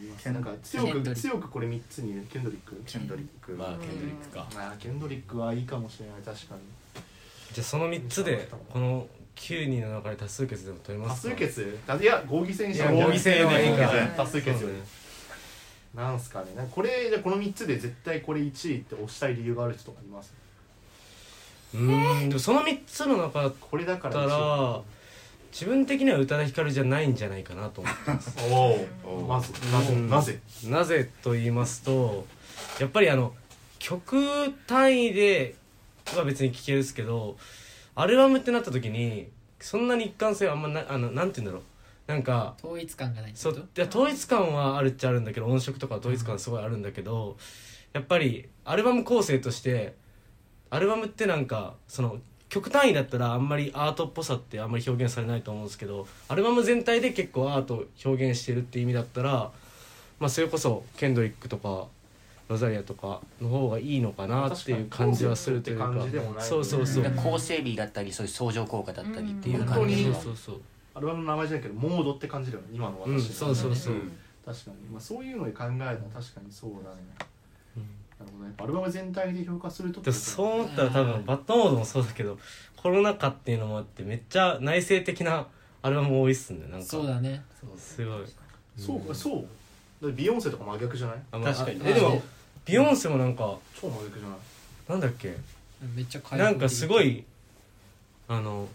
I: りますなんか強
C: ケンド
I: く
C: リック
I: 強くこれ3つにねケンドリック
F: ケンドリック、
D: まあケンドリックか
I: まあケンドリックはいいかもしれない確かに
B: じゃあその三つでこの九人の中で多数決でも取り
I: 多
B: ますか。
I: 数決だいや合議制にした
B: いや合
I: 合
B: 議
I: 議
B: 制
I: 制よ
B: の方がいいか
I: ね多数決
B: そ
I: よ
B: う
I: ね
B: ね
I: なんすかねなんかこれじゃあこの3つで絶対これ1位って押したい理由がある人とかいます
B: うーん、でもその三つの中だっ
I: これだから
B: たら自分的には宇多田ヒカルじゃないんじゃないかなと思ってます。
I: おおまずなぜ
B: うん
I: なぜ
B: なぜと言いますとやっぱりあの曲単位では別に聴けるですけどアルバムってなった時にそんなに一貫性はあんまなあのなんて言うんだろうなんか
C: 統一感がないって
B: そ
C: こ
B: う
C: と
B: いや統一感はあるっちゃあるんだけど音色とか統一感すごいあるんだけど、やっぱりアルバム構成としてアルバムってなんかその曲単位だったらあんまりアートっぽさってあんまり表現されないと思うんですけどアルバム全体で結構アートを表現してるって意味だったら、まあ、それこそケンドリックとかロザリアとかの方がいいのかなっていう感じはするというか
I: 確かに構成って感じでもない
B: そうそうそう、
E: だから構成美だったりそういう相乗効果だったりっていう
I: 本
E: 感
I: 当
E: じ
I: に
E: で
I: そうそうアルバムの名前じゃないけどモードって感じだよね今の私、
B: うん、そうそうそう、
I: 確かに、まあ、そういうので考えたら確かにそうだね、なるほどねやっぱアルバム全体で評価すると
B: でもそう思ったら多分バッドモードもそうだけどコロナ禍っていうのもあってめっちゃ内省的なアルバム多いっすねなんか
C: そうだね
B: すごい
I: そうかそうだってビヨンセとか真逆じゃない
B: あまあ
D: 確かに
B: あえでもビヨンセもなんか
I: 超真逆じゃない
B: なんだっけ
C: めっちゃ開放的
B: なんかすごいあの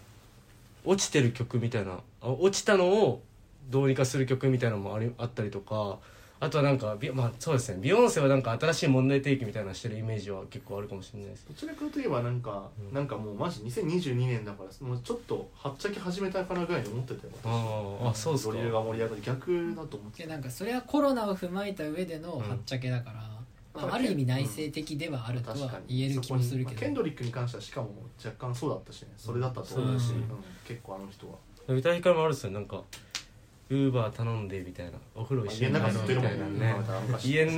B: 落ちてる曲みたいなあ落ちたのをどうにかする曲みたいなのもありあったりとかあとはなんかビ,、まあ、そうですねビヨンセはなんか新しい問題提起みたいなのしてるイメージは結構あるかもしれないです
I: どちらかといえばなんか、
B: うん
I: なんかもうマジ2022年だからもうちょっとはっちゃけ始めたかなぐらいに思ってたよ
B: あーあそうです
I: ド
B: か
I: リルが盛り上がる逆だと思って
C: でなんかそれはコロナを踏まえた上での
B: うん
C: はっちゃけだから、
I: だ
C: ま
I: から
C: あ、ある意味内省的ではあると
I: 確か
C: は
I: に
C: 言える気もする
I: そこ
C: け
I: にまあケン
C: ど
I: ドリックに関してはしかも若干そうだったしねそれだったと思うし、
C: うん
I: うん結構あの人は
B: 歌たいからもあるっすよなんかウーバー頼んでみたいなお風呂一緒
I: 家
B: に
I: の中
B: 入
I: ずっ
B: ろう
I: とい
B: み
I: るも
B: た
I: んね
B: いなね
I: なんか
B: 家の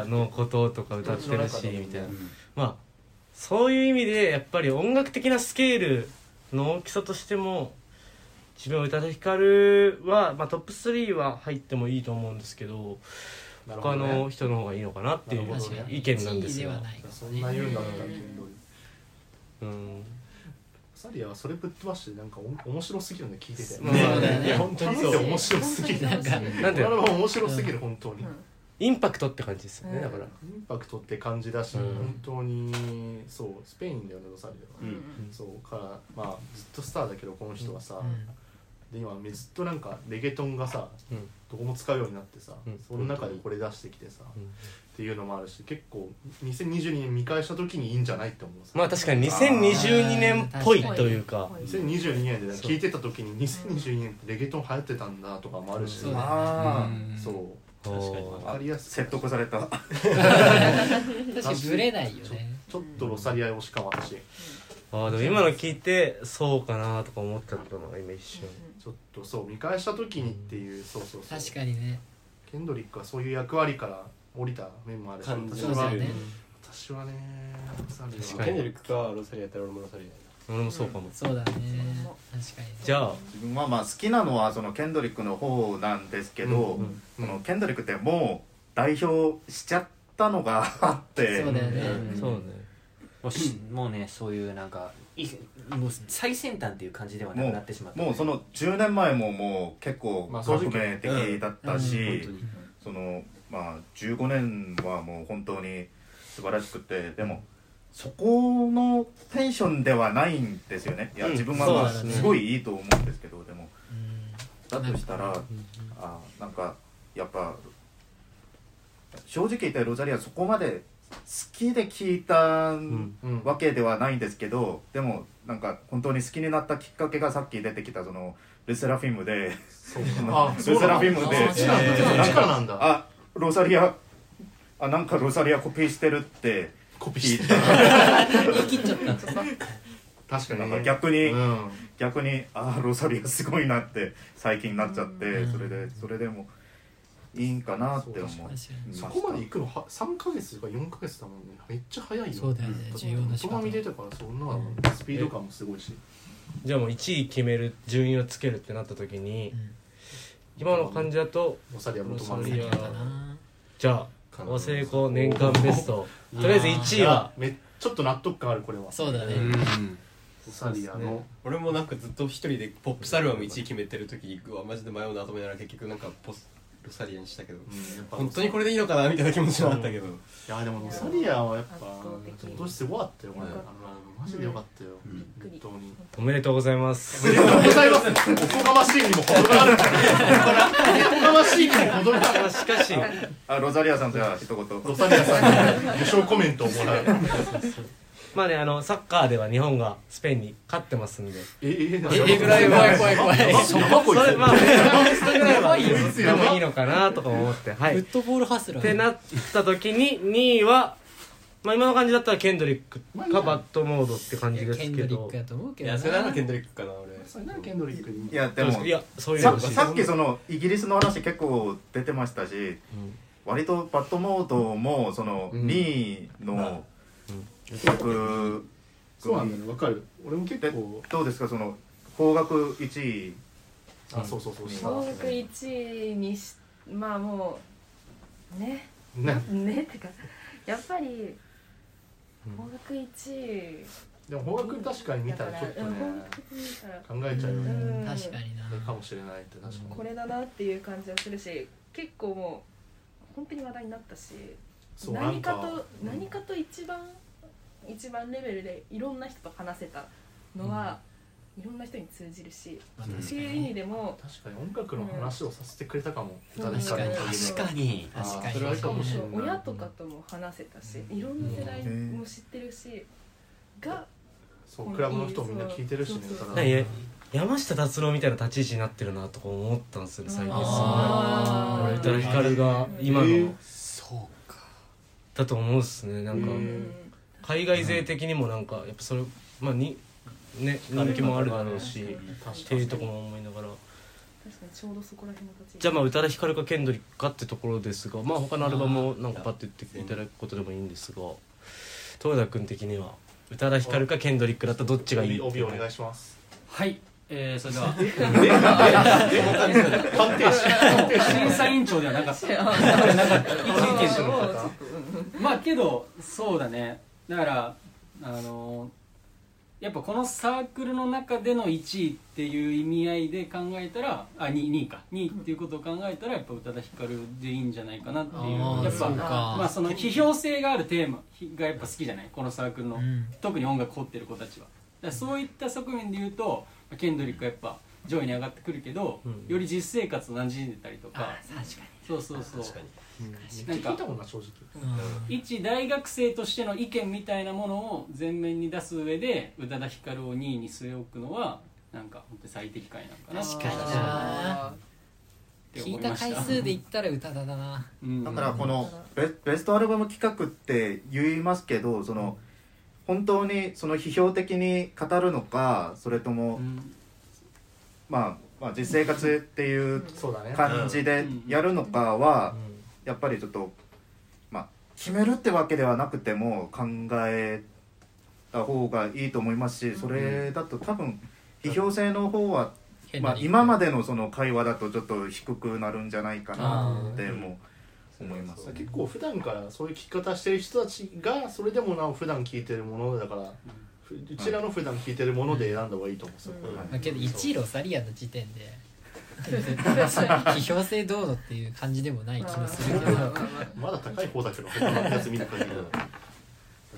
B: 中のこととか歌ってるしみたいなまあそういう意味でやっぱり音楽的なスケールの大きさとしても自分は宇多田ヒカルは、まあ、トップ3は入ってもいいと思うんですけど
I: なるほ
B: 他
I: どね
B: の人の方がいいのかなっていう
I: なるほ
C: 確かに
B: 意見なんです
C: 地位
B: よ
C: ではないか
I: そ
C: も
I: ん
C: ね
I: な言うんだったらケンドリック
B: うん
I: サリアはそれぶっ飛ばしてなんかお面白すぎるんで聞いてて
B: そうだよね
I: いや 本当にそう面白すぎる
C: なんか
B: なん
I: こ
B: で
I: のアルバム面白すぎる本当に、
B: インパクトって感じですよねだから
I: インパクトって感じだし、
B: うん
I: 本当にそうスペインだよねロサリオは、そうからまあずっとスターだけどこの人はさ、で今めずっとなんかレゲトンがさ、
B: うん
I: どこも使うようになってさ、
B: うん
I: その中でこれ出してきてさ、
B: うん
I: っていうのもあるし結構2022年見返した時にいいんじゃないって思うさ、
B: まあ確かに2022年っぽいというか
I: 2022年で聞いてた時に2022年ってレゲトン流行ってたんだとかもあるし、
C: そうだね
F: あ
C: うん
I: そう
B: うん
I: 確かに分かりやす
F: 説得 された
C: 確かにブレないよね
I: ちょっとロサリア推しかも私
B: ああでも今の聞いてそうかなとか思っちゃったのが今一瞬
I: ちょっとそう見返した時にっていう、そうそうそう
C: 確かにね
I: ケンドリックはそういう役割から降りた面もあるし
D: 感じ
I: 私
C: そうだ
I: は
C: よね
I: 私はねサリ
B: 確
I: ア
B: か
I: は
B: に
D: ケンドリックかロサリアやったら俺もロサリアや
B: 俺もそうかも
C: そうだね確かに
B: じゃあ
F: 自分はまあ好きなのはそのケンドリックの方なんですけど、
B: うんうん
F: そのケンドリックってもう代表しちゃったのがあって
C: そうだよね
B: そうね
E: もうしもうねそういうなんかいもう最先端っていう感じではなくなってしまった
F: もうその10年前ももう結構
I: まあ
F: 革
I: 正直
F: 命的だったし、
C: うん
I: 本当に
F: そのまあ15年はもう本当に素晴らしくてでもそこのテンションではないんですよねいや
B: うん
F: 自分はまあ
B: そうだね
F: すごいいいと思うんですけどでもだとしたら
B: ん
F: あなんかやっぱ正直言ってロザリアそこまで好きで聞いた
B: ん
I: うん
F: わけではないんですけどでもなんか本当に好きになったきっかけがさっき出てきたそのルセラフィムで
I: そう あ
F: ルセラフィムで
I: そっちなんだ
F: えー
I: そっちからなんだ
F: あロザリアあなんかロザリアコピーしてるって
I: コピー
F: 聞
I: し
F: い
I: て
F: て
C: 言い切っちゃった
I: 確かに
F: なんか逆に
I: うん
F: 逆にあロザリアすごいなって最近なっちゃってそれでそれでもいいんかなって思い
I: そう
F: ま
C: 確
F: し
C: かに
I: そ
F: た
I: こまで行くのは3か月とか4か月だもんねめっちゃ早いよ
C: そうだよね
I: って
C: 重要な仕方
I: 大人見てたからそんなのスピード感もすごいし
B: じゃあもう1位決める順位をつけるってなった時に今の感じだと
I: ロサリアも止ま
B: ロ
I: る
B: サリア
I: ね
C: かな
B: じゃあ和製子年間ベストとりあえず1位は
I: めちょっと納得感あるこれは
C: そうだね
I: ロサリアの
D: 俺もなんかずっと一人でポップスアルバム1位決めてる時うわマジで迷うなと思いながら結局なんかポスロサリアにしたけど
I: うんやっぱ
D: 本当にこれでいいのかなみたいな気持ちもあったけど
I: いやでもロサリアはやっぱ
H: 圧倒的
I: 今年すごかったよ俺あのマジでよかったよ
H: びっく
I: 本
H: り
I: 当に
B: おめでとうございます
I: おめでとうございますおこがましいにも程があるからおこがましいにも程がある
B: しかし
F: あロザリアさんじゃあ一言
I: ロサリアさんの優勝コメントをもらう
B: まあねあのサッカーでは日本がスペインに勝ってますんで
I: え
C: ええぐらい怖い怖い怖い
I: そこ
B: それまあ
C: やばいよ
B: それもいいのかなとか思っては
C: フ
B: い
C: ットボールハスラ
B: って
C: ー
B: なった時に2位は、まあ、今の感じだったらケンドリックかバッドモードって感じです
C: ケン
B: け
C: ドリッ
B: ど
C: クやと思うけ
D: い
C: ど
D: や
C: な
D: それならケンドリックかな俺
I: それならケンドリックでいい
F: いやで
B: どうです
F: も
B: かいやそういうの
F: さ
B: が
F: さっきそのイギリスの話結構出てましたし、割とバッドモードもその
B: うん
F: 2位の曲
I: そうなんだねわかる俺も結
F: で
I: 構
F: どうですかその方角1位
I: あそうそうそうそう
H: 総額1位にしまあもうね
I: ね
H: ねってかやっぱり総額1位
I: でも方角確かに見
H: だ
I: た
H: からら
I: ちょっと
H: うん
I: ね
H: 本当にさ
I: 考えちゃうよ
H: う
I: ね
H: ん
C: 確かにな
I: かもしれないって確かに
H: これだなっていう感じはするし結構もう本当に話題になったし
I: そうな
H: 何
I: ん
H: か
I: か
H: と何かと一番一番レベルでいろんな人と話せたのは、いろんな人に通じるし、
C: まあ
H: っ
C: 確か
H: ていう意味
C: に
H: でも
I: 確かに音楽の話をさせてくれたかも
H: うん
I: 誰か
C: 確
I: に
C: か
H: に
E: 確かに
I: あ
C: 確
I: ー
C: かに
I: それはあるかもしれない
H: 親とかとも話せたしいろんな世代も知ってるし、が
I: そうクラブの人もみんな聞いてるしね
H: そうそう
I: だから
B: ねや山下達郎みたいな立ち位置になってるなとか思ったんですよね最近すごい
C: あ
B: 俺宇
C: ー
B: 多田ヒカルが今の、
I: えー
E: そうか
B: だと思うっすねなんか、
I: え
H: う
I: ー
H: ん
B: 海外勢的にもなんかやっぱそれまあにね人気もあるだろうしっていうところも思いながら
H: 確かにちょうどそこら辺の立ち位置
B: じゃあまあ宇多田ヒカルかケンドリックかってところですがまあ他のアルバムをなんかパッて言っていただくことでもいいんですが豊田君的には宇多田ヒカルかケンドリックだったらどっちがいい
I: 帯帯お願いします
A: はい、えー、それでは
I: 鑑定士
A: 審査委員長ではなかった
H: あーもう
A: まあけどそうだねだからあのやっぱこのサークルの中での1位っていう意味合いで考えたらあ 2, 位か2位っていうことを考えたらやっぱ宇多田ヒカルでいいんじゃないかなっていう
C: ああ
A: やっ
C: そ
A: ぱ
C: う
A: まあ、
C: か
A: その批評性があるテーマがやっぱ好きじゃないこのサークルの、
C: うん
A: 特に音楽凝ってる子たちはだからそういった側面で言うとケンドリックはやっぱ上位に上がってくるけど、
B: うん
A: より実生活と馴染んでたりとか
C: 確か
A: そうそうそう
I: 聞いたもんな正直
C: に
A: 一大学生としての意見みたいなものを前面に出す上で宇多田ヒカルを2位に据え置くのはなんか本当に最適解なのかな
C: 確かにな
A: って
C: 聞
A: 思
C: い
A: い
C: た
A: ました
C: 回数で言ったら歌だな
A: うん
F: だからこのベベストアルバム企画って言いますけどその本当にその批評的に語るのかそれとも、
A: うん
F: まあ、まあ実生活っていう
I: そうだね
F: 感じでやるのかはやっぱりちょっとまあ決めるってわけではなくても考えた方がいいと思いますしそれだと多分批評性の方は、まあ、今までのその会話だとちょっと低くなるんじゃないかなっても思います。
I: 結構普段からそういう聞き方してる人たちがそれでもなお普段聞いてるものだからふうちらの普段聞いてるもので選んだ方がいいと思うそこは
F: は
I: い
C: まあけど1位ロサリアの時点 で批評性どうのっていう感じでもない気もするけど
I: まだ高い方だけど他のやつ見る限りは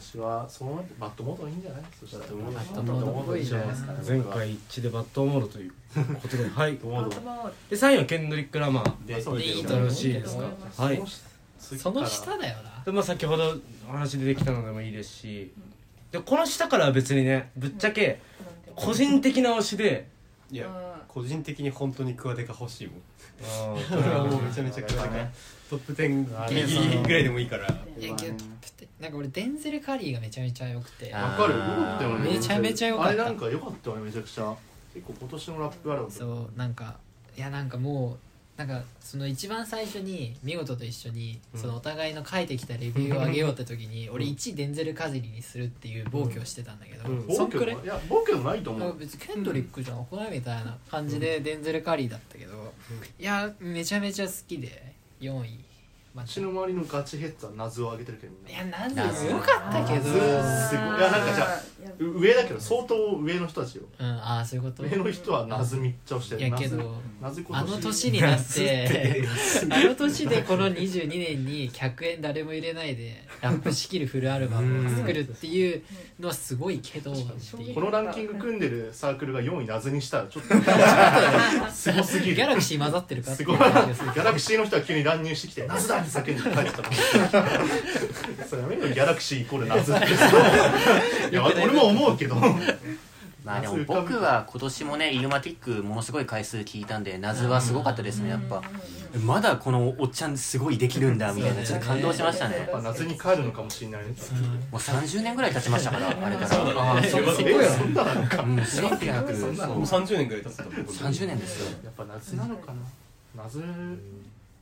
I: 私はそのバットモードがいいんじゃないそしたらバ
C: ットモードっぽいな
B: 前回一致でバッドモードということではいで
I: モード
B: 3位はケンドリック・ラマー
I: で
C: う
I: で
C: いい
B: とよろしいです
H: か
B: はい
C: その下だよな
B: でまあ先ほどお話出てきたのでもいいですしでこの下からは別にねぶっちゃけ個人的な推しで
D: いや
H: あ
D: 個人的に本当にクワデカ欲しいもん
B: あ
D: それはもうめちゃめちゃクワデカトップ10ギリギリぐらいでもいいから
C: いやけどなんか俺デンゼル・カリーがめちゃめちゃ良くて
E: あ
I: わかるよかったよね
C: めちゃめちゃ良かった
I: あれなんか良かったよねめちゃくちゃ結構今年のラップアルバム
C: そうなんかいやなんかもうなんかその一番最初に見事と一緒にそのお互いの書いてきたレビューを上げようって時に俺1デンゼル・カゼリにするっていう暴挙をしてたんだけど、
B: うん
C: そ
I: 暴
C: んくらい
I: 挙もいや暴挙もないと思
C: あ
I: う
C: 別にケンドリックじゃなくないみたいな感じでデンゼル・カリーだったけど、いやめちゃめちゃ好きで4位まあ
I: うちの周りのガチヘッズは謎を上げてるけどみんない
C: やなぜすごかったけど
I: すごいいやなんかじゃあ
G: や
I: う上だけど相当上の人たちよ
C: うんああそういうこと
I: 上の人はなずみっちゃをして
C: いやけ
I: なず
C: ど
I: なず今
C: あ
I: 年
C: の年にな ってあの年でこの22年に100円誰も入れないでラップしきるフルアルバムを作るっていうのはすごいけどっていう
I: このランキング組んでるサークルが4位なずにしたらちょっ とすごすぎ
C: ギ
I: る
C: ャラクシー混ざってるかって
I: す
C: いう
I: ごい ギ
C: 感じがする
I: ャラクシーの人は急に乱入してきて「ナズだ!」って叫んで帰ってたからそれやめろよギャラクシーイコールナズって いや俺も思うけど
E: まあでも僕は今年もねイルマティックものすごい回数聞いたんで謎はすごかったですねやっぱまだこのおっちゃんすごいできるんだみたいなちょっと感動しましたね
I: やっぱ夏に帰るのかもしれないね
E: もう30年ぐらい経ちましたからあれから
I: ああそうだねそんなのか
E: うん1900そう
D: もう30年ぐらい経った
E: 30年ですよ
I: やっぱ夏なのかな夏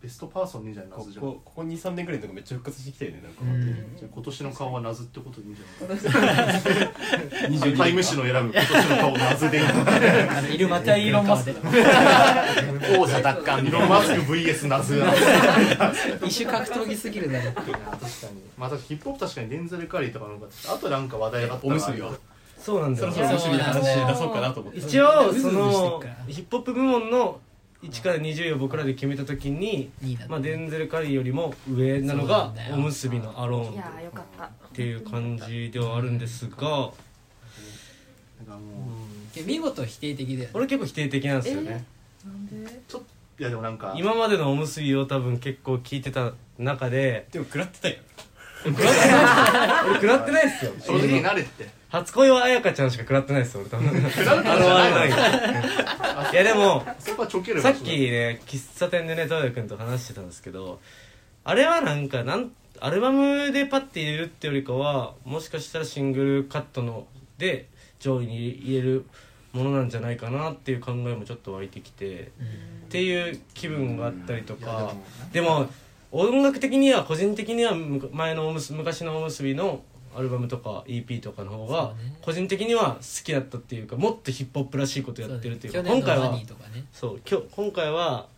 I: ベストパーソンにじゃない
D: こ
I: 夏じゃん
D: こここ23年ぐらいのとこめっちゃ復活してきたよねなんか
C: うん
I: 今年の顔はナズってことでいいんじゃない
D: 22
I: タイム誌の選ぶ今年の顔ナズでいいのか
C: あのイルマ
A: またイーロンマス ク
E: 王座奪還
I: イロン・マスク VS ナズだ
C: 一種格闘技すぎるだろ
I: 確かにまあ確かにヒップホップ確かにデンゼル・カリーとかの方があとなんか話題があった
D: お
I: ら
D: むすびは
B: そうなんだ
D: そ
B: よ
D: ろそろおむすびの話出そうかなと思って
B: 一応そ
C: うん
B: のヒップホップ部門の1から20を僕らで決めた時に、
C: 2位だった
B: まあ、デンゼル・カリーよりも上なの
C: そ
B: が
C: うなんだよ
B: おむすびの「アローン」
H: いやーよかった
B: っていう感じではあるんですが
I: なんかも
C: え見事否定的だよね
B: 俺結構否定的なんですよね、
H: なんで
I: ういやでもなんか
B: 今までのおむすびを多分結構聞いてた中で
D: でも食らってたよ
B: 俺食らってないっすよ
I: 正直慣れて
B: 初恋は彩香ちゃんしか食らってないっすよ俺多分
I: 食らう からじゃないの
B: いやでも
I: そこはちょける
B: さっきね喫茶店でね東く君と話してたんですけどあれはなんかなんアルバムでパッて入れるってよりかはもしかしたらシングルカットので上位に入れるものなんじゃないかなっていう考えもちょっと湧いてきて、っていう気分があったりとかでも音楽的には個人的にはむか前のおむす昔のおむすびのアルバムとか EP とかの方が
C: そうね
B: 個人的には好きだったっていうかもっとヒップホップらしいことやってるっていうか
C: 去年
B: 今
C: の
B: 回
C: ハ
B: は
C: ニーとかね
B: そう今日今回は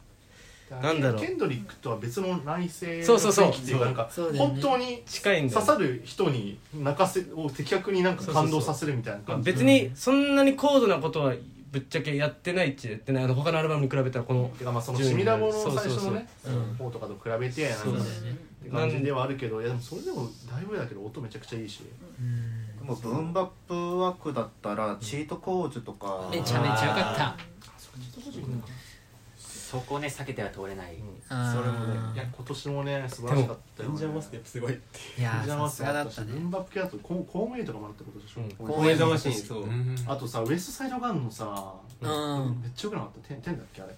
B: なんだろう
I: ケンドリックとは別の内政
B: そうそうそう
I: っていうかなんか
C: そうだよね
I: 本当に
B: 近いんだ
I: 刺
B: よ
I: さる人に泣かせを的確になんか感動させるみたいな感じ
B: 別にそんなに高度なことはぶっちゃけやってないっちゃやってないあの他のアルバムに比べたらこの
I: てかまあそのシミラボの
B: そうそう
I: 最
B: そう
I: 初のね
C: うん
I: 方とかと比べてなんか
C: そうだよね
I: って感じではあるけどいやでもそれでもだいぶだけど音めちゃくちゃいいし
C: うん
F: もうブンバップ枠だったらチートコーズとか
C: めちゃめちゃよかった
E: そこね避けては通れない
C: あー
I: それもねいや今年もね素晴らしかった
D: デ
I: よ
D: ンジャーマ
I: ね
D: スクやっぱすごい
C: いや
I: デンジャー
C: さ
I: マス
C: す
I: ク
C: が
I: も
C: だ
I: あ
C: った
I: し
C: ね
I: 文幕系だとココウメイとかもらったことでしょ
B: うん
D: 光栄魂そう
I: あとさウエストサイドガンのさ
C: うん
I: めっちゃよくなかったテンテンだっけあれ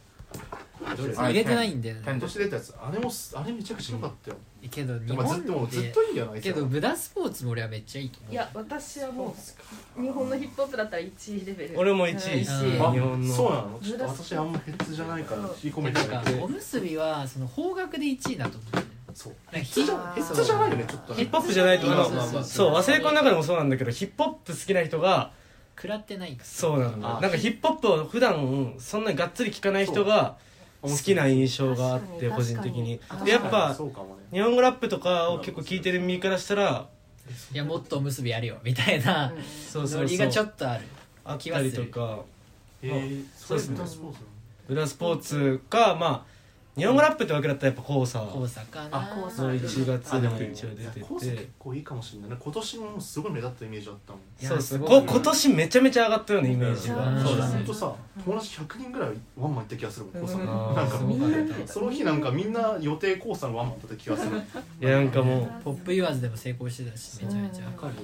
D: どれ
F: あ
C: 入れてないんだよ
I: 今
C: ね
I: 年出たやつあれもすあれめちゃくちゃよかったよ
C: けど日
I: でもずっとも
C: 本
I: うずっ
C: で
I: といいんじゃない
C: けどブダスポーツも俺はめっちゃいいと思う
H: いや私はもう日本のヒップホップだったら1位レベル
B: 俺も1位
H: うん
C: うん
I: あ
B: 日本の
I: そうなのちょっと私あんまヘッズじゃないから引き込めて
C: な
I: なんい
C: か
I: け
C: お
I: ど
C: むすびはその方角で1位だと思う
I: そう
C: ヘ
I: ヘッズじゃヘッズじゃないよねちょっと
B: ヒ
I: ね
B: ップホップじゃないと
C: ま
B: ま
C: あ
B: あ
C: まあまあ
B: そう忘れ子の中でもそうなんだけどヒップホップ好きな人が
C: 食らってないから
B: そうなんだ
I: あ
B: なんかヒップホップを普段そんなにがっつり聞かない人が好きな印象があって
H: 確か
B: 個
H: に
B: 人的に
H: 確かに
B: でやっぱ
I: そうかもね
B: 日本語ラップとかを結構聞いてる身からしたら
C: いやもっとおむすびやるよみたいな
B: そうそ
C: ノ
B: う
C: リ
B: そ
C: がちょ
B: う
C: っとある
B: あったりと
C: 気
B: か
I: えーそれ
B: そうですね
I: ブラスポーツなの
B: 裏スポーツかまあ日本語ラップってわけだったらやっぱ交差
C: 大阪な
H: あ黄砂
B: の1月
I: あでも
B: に一応出て
I: コース結
B: て
I: 構いいかもしれないね今年もすごい目立ったイメージあったもん
C: いや
B: そうです
C: す
B: ね
C: ごい
B: こ今年めちゃめちゃ上がったようなイメージ
C: う
B: が
C: ん
B: そうだ
I: ほ
B: ね
I: んとさ友達100人ぐらいワンマン行った気がするもんコウさん
B: うん
I: なんか
C: すごかった
I: その日なんかみんな予定コウさんワンマンだった気がする
B: いやなんかもう
C: ポップ言わずでも成功してたしめちゃめちゃ
I: かる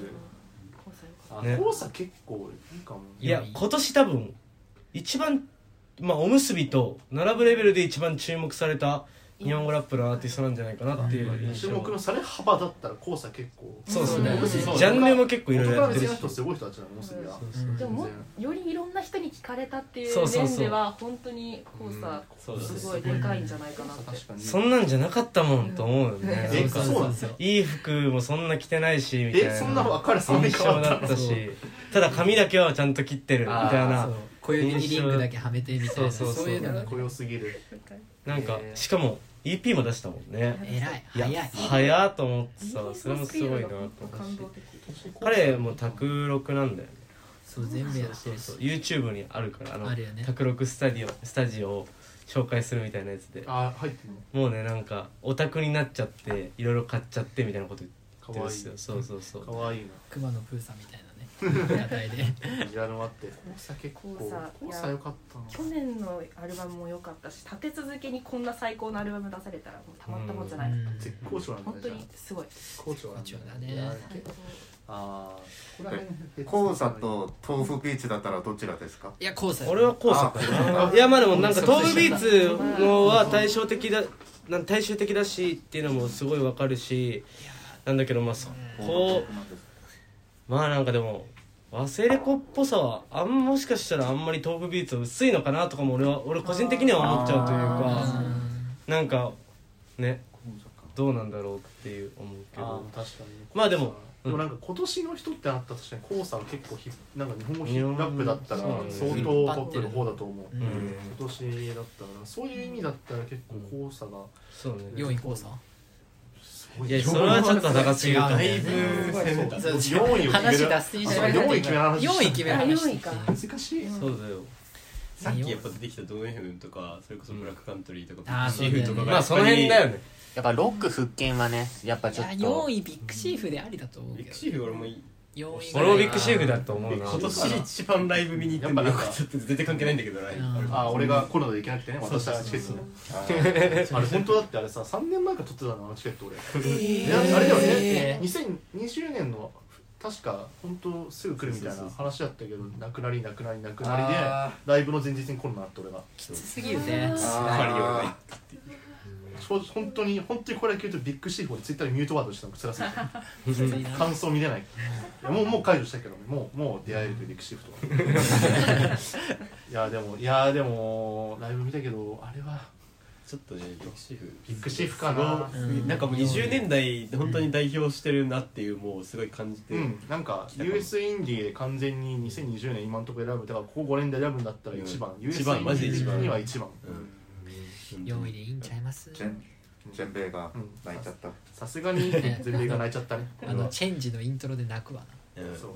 H: 交際よかっ
I: あ
B: ね
I: コウさん結構いいかも
B: いや今年多分一番まあおむすびと並ぶレベルで一番注目された日本語ラップのアーティストなんじゃないかなっていう印
I: 注
B: 象
I: 目のされ幅だったらコウさん結構
B: そうです
C: う
B: ね
C: ん
B: ジャンルも結構いろいろ
I: 男
B: や
I: から
B: って
I: 好き
B: るし
I: な人すごい人たちなのすびは
H: たでももよりいろんな人に聞かれたっていう
B: そうそうそ
H: 面
B: う
H: では本当に交差
D: そうだね
H: すごいでかいんじゃないかなって
I: 確かに
B: そんなんじゃなかったもんと思うよ
I: え
B: ね
I: そうなんですよ
B: いい服もそんな着てないしみたいな
I: えそんな別れそんな
B: 印
I: に変わ
B: 象
I: った
B: だ
I: の
B: ったしただ髪だけはちゃんと切ってるみたい
C: そ
B: な
C: う小指にリングだけはめてみたいな
B: そうそうそう
C: そういうのが
I: 濃よすぎる
B: なんか
I: えー
B: しかも EP も出したもんね
C: 偉い
B: いや
C: 早い
B: 早っと思ってさ
H: リリース
B: それ
H: の
B: も
H: ス
B: す
H: ピー
B: ごい
H: ド
B: なと
H: が
B: 思
H: 本当感動
B: うし
H: 的
B: 彼も卓録なんだよね
C: そう全部やってる
B: そう YouTube にあるからあの
C: あるよね
B: 卓録スタジオスタジオを紹介するみたいなやつで
I: あ入ってるの
B: もうねなんかオタクになっちゃっていろいろ買っちゃってみたいなこと言ってるんですよ
I: かわいい
B: そうそうそう
I: かわいい
C: 熊野プーさんみたいなね屋台 で
I: なビジュアルもあって交差結構
H: 交差
I: 交差良かったな
H: 去年のアルバムも良かったし立て続けにこんな最高のアルバム出されたらもうたまったもんじゃない、
I: 絶好調なんだね
H: 本当
I: じゃ
H: にすごい
I: あ好調なん
C: 好調だ
I: だ
C: ね
I: ねいや
H: 最高
E: あ
I: ここら辺別に
F: 黄砂と豆腐ビーチだったらどちらですか
C: いや交差
B: 俺は後者かないやまあでもなんか東武ビーツのは対照的だなん大衆的だしっていうのもすごいわかるしなんだけどまあそこまあなんかでも忘れ子っぽさはあんもしかしたらあんまり東武ビーツは薄いのかなとかも俺は俺個人的には思っちゃうというかなんかねどうなんだろうっていう思うけ
I: あ
B: ど
I: ー確かに
B: まあでも
I: でもなんか今年の人ってなったとして黄砂は結構ひなんか日本語ヒ
B: 日本
I: ップアップだったら
B: そう
I: 相
B: だね
I: 当トップの方だと思う
C: うん
B: うん
I: 今年だったらそういう意味だったら結構黄砂が
B: そうね
C: 4位交差
I: すご
B: いやそれはちょっと高すぎるかも
I: だ
B: ね
I: いぶ攻めた
C: そう
I: 4位を決め
E: 話
I: る
E: 脱線し
I: あ
E: ち
I: そ
E: ゃ
I: う
E: う
I: 4位決める話
C: 4位決める話してきて
H: あ
I: 難しい
B: そうだよ
D: さっきやっぱ出てきたドーエフムとかそれこそブラックカントリーと
C: あ
D: か
C: ー
D: シーフとかが
B: まあその辺だよ
D: ね
B: ね
E: やっぱロック復権はねやっぱ
C: い
E: ちょ
C: や
E: っ
C: 4
E: と
C: 位ビッグシーフでありだと思うけ
D: ビッ
C: ど
D: グシーフ俺もいい
C: 4位
B: 俺もビッグシーフだと思うな
D: 今年一番ライブ見に行ってんのよかったって全然関係ないんだけどライブ
C: うん
I: あー俺がコロナで行けなくてね私はチケットね あれ本当だってあれさ3年前から取ってたのあのチケット俺いやあれだよね2020年の確か本当すぐ来るみたいな話だったけどなくなりなくなりなくなりで
F: あ
I: ライブの前日にコロナあって俺が
C: きつすぎるね
D: パリはない
I: そう本当に本当にこれだけ言うとビッグシーフをツイッターでミュートワードしたの辛すぎ
C: きつい
I: て
C: な
I: 感想見れないいやもうもう解除したけどもうもう出会えるというビッグシーフとは いやでもいやでもライブ見たけどあれは
D: ちょっとねビッグシーフ
I: ビッグシーフかな
D: すごいなんかもう20年代本当に代表してるなっていうもうすごい感じて、
I: うん、なんか US インディーで完全に2020年今のところ選ぶだからここ5年で選ぶんだったら一番、
D: うん
I: US
D: 一
I: インデ
D: 番
I: ィ
D: マジで一
I: ー
D: 番
I: には一番
C: 4位でいいんちゃいます
F: ジェンジェンベイが
I: うん
F: 泣いちゃった、
I: さすがに全米が泣いちゃったね
C: あのチェンジのイントロで泣くわ
D: うん
I: そう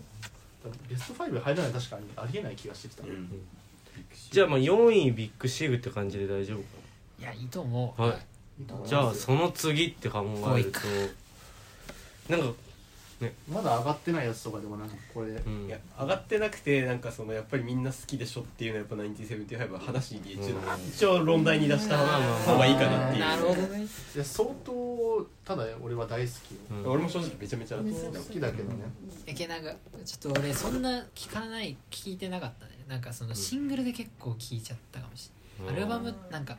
I: ベスト5入らない確かにありえない気がしてきた、
D: うん
B: じゃあまあ4位ビッグシーフって感じで大丈夫か
C: ないやいいと思う
B: はいじゃあその次って考えるとなんか
I: まだ上がってないやつとかでもなんかこれ
B: うん
D: いや上がってなくてなんかそのやっぱりみんな好きでしょっていうのはやっぱ1975は話に一応一応論題に出した方がいいかなっていう
C: なるほどね
I: いや相当ただ俺は大好きよ、
B: うん
D: 俺も正直めちゃめちゃ
I: 好きだけどね
C: けなんかちょっと俺そんな聞かない聞いてなかったねなんかそのシングルで結構聞いちゃったかもしれない、アルバムなんか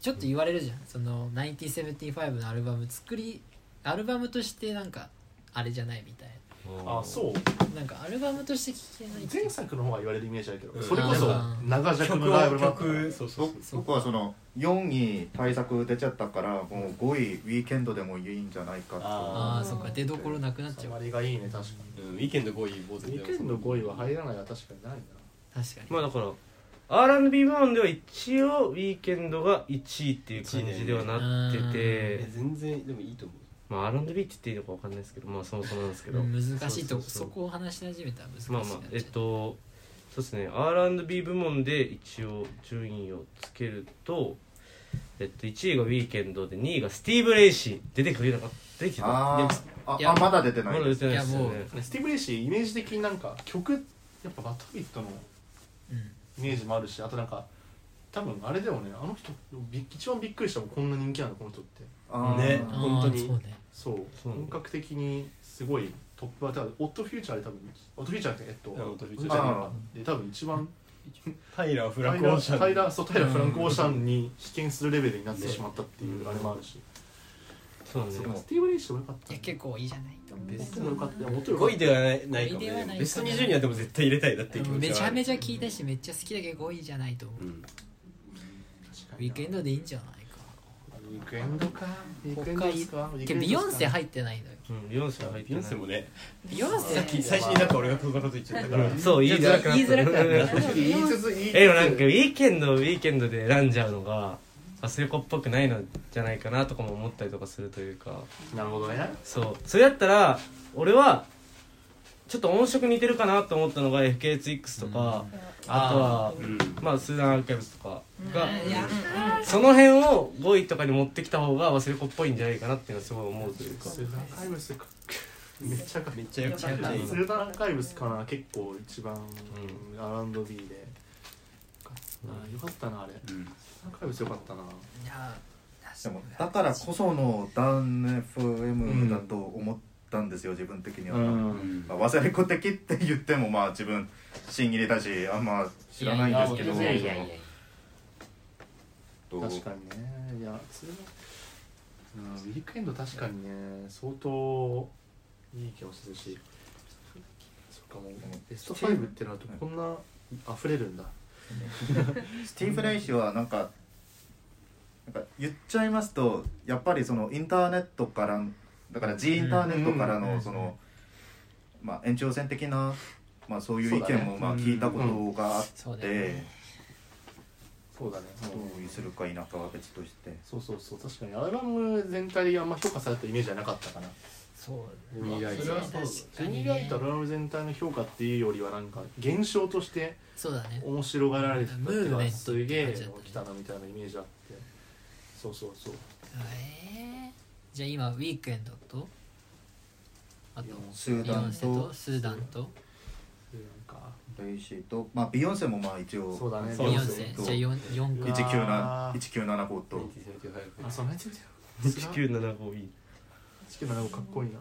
C: ちょっと言われるじゃんその1975のアルバム作りアルバムとしてなんかあれじゃないみたい
I: あそう
C: ななんかアルバムとして聞けないっていう
I: 前作の方が言われるイメージだけど、それこそ
C: うん
I: 長尺の
D: 曲
I: ライブ
D: を
I: だった
D: 曲そうそう
F: 僕僕はその4位対策出ちゃったからもう5位ウィーケンドでもいいんじゃないかと
C: あ
D: あ
C: あそっか出どころなくなっちゃ
I: 収
C: う
I: まりがいいね確か
D: うんウィーケンド5位坊主
I: に
D: で
I: 2件の5位は入らないは確かにないな
C: 確かに
B: まあだから R&B 部門では一応ウィーケンドが1位っていう感じではなってて、
D: え全然でもいいと思う
B: まあ、R&B って言っていいのかわかんないですけどまあそもそもなんですけど
C: うん難しいと
B: う
C: そう
B: う
C: こを話し始めたら難しい
B: ま
C: なっ
B: あ
C: ちゃ
B: ま
C: う
B: あえっとそうですね R&B 部門で一応順位をつけると、えっと、1位がウィーケンドで2位がスティーブ・レイシー出てくれなかった出てきた
F: あ
B: でも
F: あ
C: い
F: あ
C: や
F: あまだ出て
B: ま
F: ない
B: だ出
F: です
B: てないですよ
C: いやもう
B: ね
I: スティーブ・レイシーイメージ的になんか曲やっぱバトビットの
C: うん
I: イメージもあるしあとなんか多分あれだよねあの人び一番びっくりしたもんこんな人気なのこの人って
F: あー
D: ね
C: あー
D: 本当に
C: そうね
I: そう
B: そう
I: 本格的にすごいトップバッターでオットフューチャーで多分オットフューチャーってえっと
D: うんオッドフューチャー
I: じゃなくてで多分一番
D: タイラーフラ
I: 平
D: ンクオーシャン
I: 平そう平フランクオーシャンに被験するレベルになってしまったっていうあれもあるし
B: そうね
I: そうかスティーブ・レイシーもよかっ
C: い
I: た
C: や結構いいじゃないと思う
D: ベス
I: 僕
D: ト
I: もよかった元よかっ
D: 5位ではないないかも
C: 五位ではないか
D: ね
C: な
D: ベスト20にはでも絶対入れたいなっていう気持ち
C: めち
D: はあ
C: ゃ
D: る
C: めちゃ聞いたしめっちゃ好きだけど5位じゃないと思う、
D: うん
I: た
C: ウィークエンドでいいんじゃないか
I: ウィークエンドかウィークエンドですかウィーク
C: け
I: エン
C: ど
I: ドですか
C: ビヨンセ入ってないのよ
B: うんビヨンセは入って
D: ビヨ
B: ない
D: ンセもね
C: ビヨンセ
D: さっき最初になんか俺がこんなこと言っちゃったから
B: そう言いづらくなった
C: 言いづらくなった
F: 言いつつ言いつつ
B: えでもなんかウィーケンドウィーケンドで選んじゃうのが忘れ子っぽくないのじゃないかなとかも思ったりとかするというか
I: なるほどね
B: そうそれやったら俺はちょっと音色似てるかなと思ったのが FK2X とか、あとは、まあスーダンアーカイブスとかが、その辺を5位とかに持ってきた方が忘れ子っぽいんじゃないかなっていうのはすごい思うというか
I: スーダンカイブスかめっちゃか
D: めっちゃよかった
I: スーダンカイブスかな結構一番 R&B で、あよかったなあれ、スーダンカイブスよかったな
F: でもだからこそのダウン FM だと思ったんですよ、自分的には、
I: うん
F: まあ、忘れ子的って言ってもまあ自分新入りだしあんま知らないんですけど
E: いやいやいやいや
F: その
I: 確かにねいやそれも、うん、ウィークエンド確かにね相当いい気もするしそっかもうベスト5ってなるとこんな溢れるんだ
F: スティーブ・レイ氏はなんかなんか言っちゃいますとやっぱりそのインターネットからだから G インターネットから
I: うん
F: のその、まあ、延長線的な、まあ、そういう意
I: そうだ
F: 見
I: ね
F: もまあ聞いたことがあっ
C: そう
F: て、
C: だよね
I: そうだね
F: 同意するか否かは別として
I: そうそうそう確かにアルバム全体であんま評価されたイメージはなかったかな
C: そう
I: ジェニーライト
C: それは
I: そうだ
C: 確か
I: ジェ
C: にね
I: ニーライトアルバム全体の評価っていうよりはなんか現象として
C: そうだね
I: 面白がられてたっていう
C: ムーブメン
I: か
C: ト
I: すげえの来たなみたいなイメージあってそうそうそう
C: えーじゃあ今ウィークエンドとあと
F: スーダンと
C: ビヨンセスーダンと
I: なんか
F: レイシーと、まあ、ビヨンセもまあ一応
I: そうだね
C: ビヨン
I: そう
C: セじゃあ四四
I: う
C: 個
I: わ
F: 1975 1975と
I: あその辺見てみてよ
B: 1975いい
I: 1975かっこいいな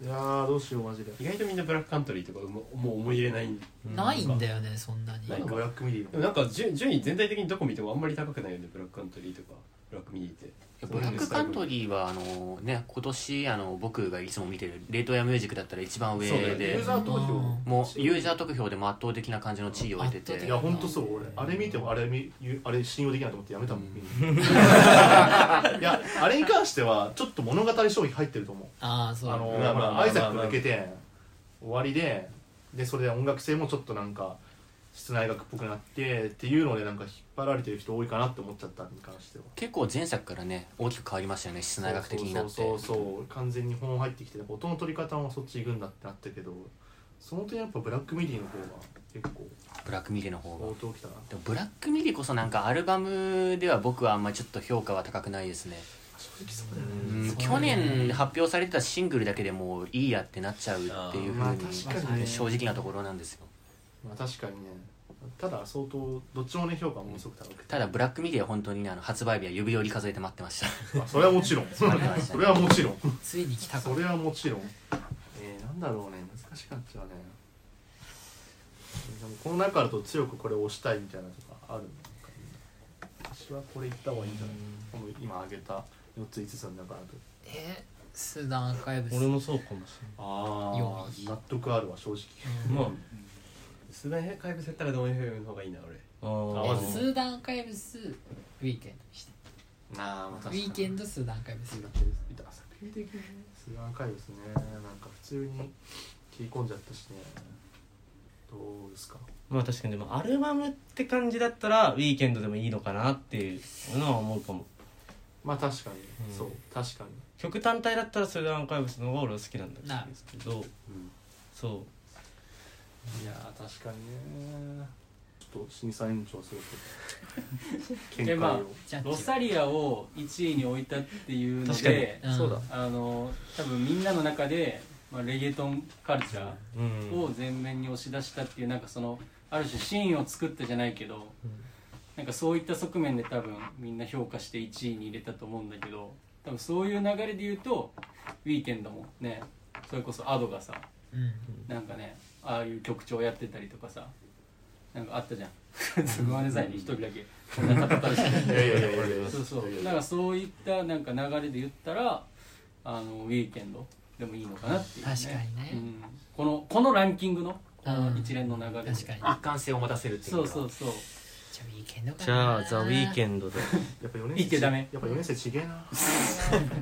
I: いやーどうしようマジで
D: 意外とみんなブラックカントリーとかももう思い入れないんで
C: ないんだよねそんなに
D: ない
I: ブラックミディ
D: もなんか順順位全体的にどこ見てもあんまり高くないよねブラックカントリーとかブラックミディって
E: ブラックカントリーはあのね今年あの僕がいつも見てるレートやミュージックだったら一番上
D: そうだよね
E: で
I: ユーザー投票
E: もうユーザー得票でも圧倒的な感じの地位を得てて
I: いやほんとそう俺あれ見てもあれ見ゆあれ信用できないと思ってやめたもん、 いやあれに関してはちょっと物語消費入ってると思う
C: ああそう
I: あ
C: だ
I: の、
D: まあまあ
I: ほらアイザック抜けて終わりででそれで音楽性もちょっとなんか室内楽っぽくなってっていうのでなんか引っ張られてる人多いかなって思っちゃったに関しては
E: 結構前作からね大きく変わりましたよね室内学的になって
I: そうそうそうそう完全に本入ってきて音の取り方もそっち行くんだってなったけどその点やっぱブラックミディの方が結構
E: ブラックミディの方が
I: 応答きたな
E: でもブラックミディこそなんかアルバムでは僕はあんまりちょっと評価は高くないですね
I: 正直そうだよね
E: うん
C: そう
E: 去
C: だね
E: 年発表されてたシングルだけでもういいやってなっちゃうっていう
I: あ
E: ふう
I: ーまあ確かに
E: に正直なところなんですよ
I: まあ確かにねただ相当どっちもね評価ものすごく高くて
E: ただブラックミディは本当にねあの発売日は指折り数えて待ってました
I: まあそれはもちろんそれはもちろん
C: ついに来たか
I: それはもちろんえー、なんだろうね難しかったねでもこの中だと強くこれ押したいみたいなとかあるのかな私はこれいった方がいいんじゃないこの今挙げた4つ5つの中だと
C: えースーダンアーカイブス
B: 俺もそうかもし
I: あ
C: 四
I: あ納得あるわ正直
D: もうスナイカイブセったらドン FM の方がいいな俺
B: れない
D: あ
B: あ
D: 合わせ
C: えスーダンアーカイブスウィークエンドにして
I: ああま
C: ウィークエンドスーダンアーカイブス
I: だっていた作品的にねスーダン回ですねなんか普通に切り込んじゃったしねどうですか
B: まあ確かにでもアルバムって感じだったらウィーケンドでもいいのかなっていうのは思うかも
I: まあ確かに、
B: うん
I: そう確かに
B: 曲単体だったらそれでアンカイブスの方が俺は好きなん
C: な
B: だ
C: る
B: けどそう
I: いやー確かにねちょっと審査延長すると見解
A: で
I: を、
A: まあ
C: ジャ
A: ロ
C: ッジ
A: サリアを1位に置いたっていうの
B: 確かに
A: で
C: うん
B: そうだ
A: あの多分みんなの中で、まあ、レゲトンカルチャ
B: うん
A: ーを前面に押し出したっていうなんかそのある種シーンを作ったじゃないけどなんかそういった側面で多分みんな評価して1位に入れたと思うんだけど多分そういう流れで言うとウィーケンドもねそれこそアドがさ
C: うん
A: なんかねああいう曲調やってたりとかさなんかあったじゃん ごめんなさいね一人だけこんな語ったりして
I: いやいやいやいやいや
A: そうそうだからそういったなんか流れで言ったらあのウィーケンドでもいいのかなっていう、ね、
C: 確かにね
A: うん、このこのランキングのこ
C: うん
A: の一連の流れで
C: 確かに
E: 一貫性を持たせるっていう
A: そ
E: の
A: う
E: は
A: そうそう
C: じゃあウィークエンドかな
B: じゃあザ・ウィーケンドで
I: やっぱ4年
A: 言ってダメ
I: やっぱ4年生ちげえな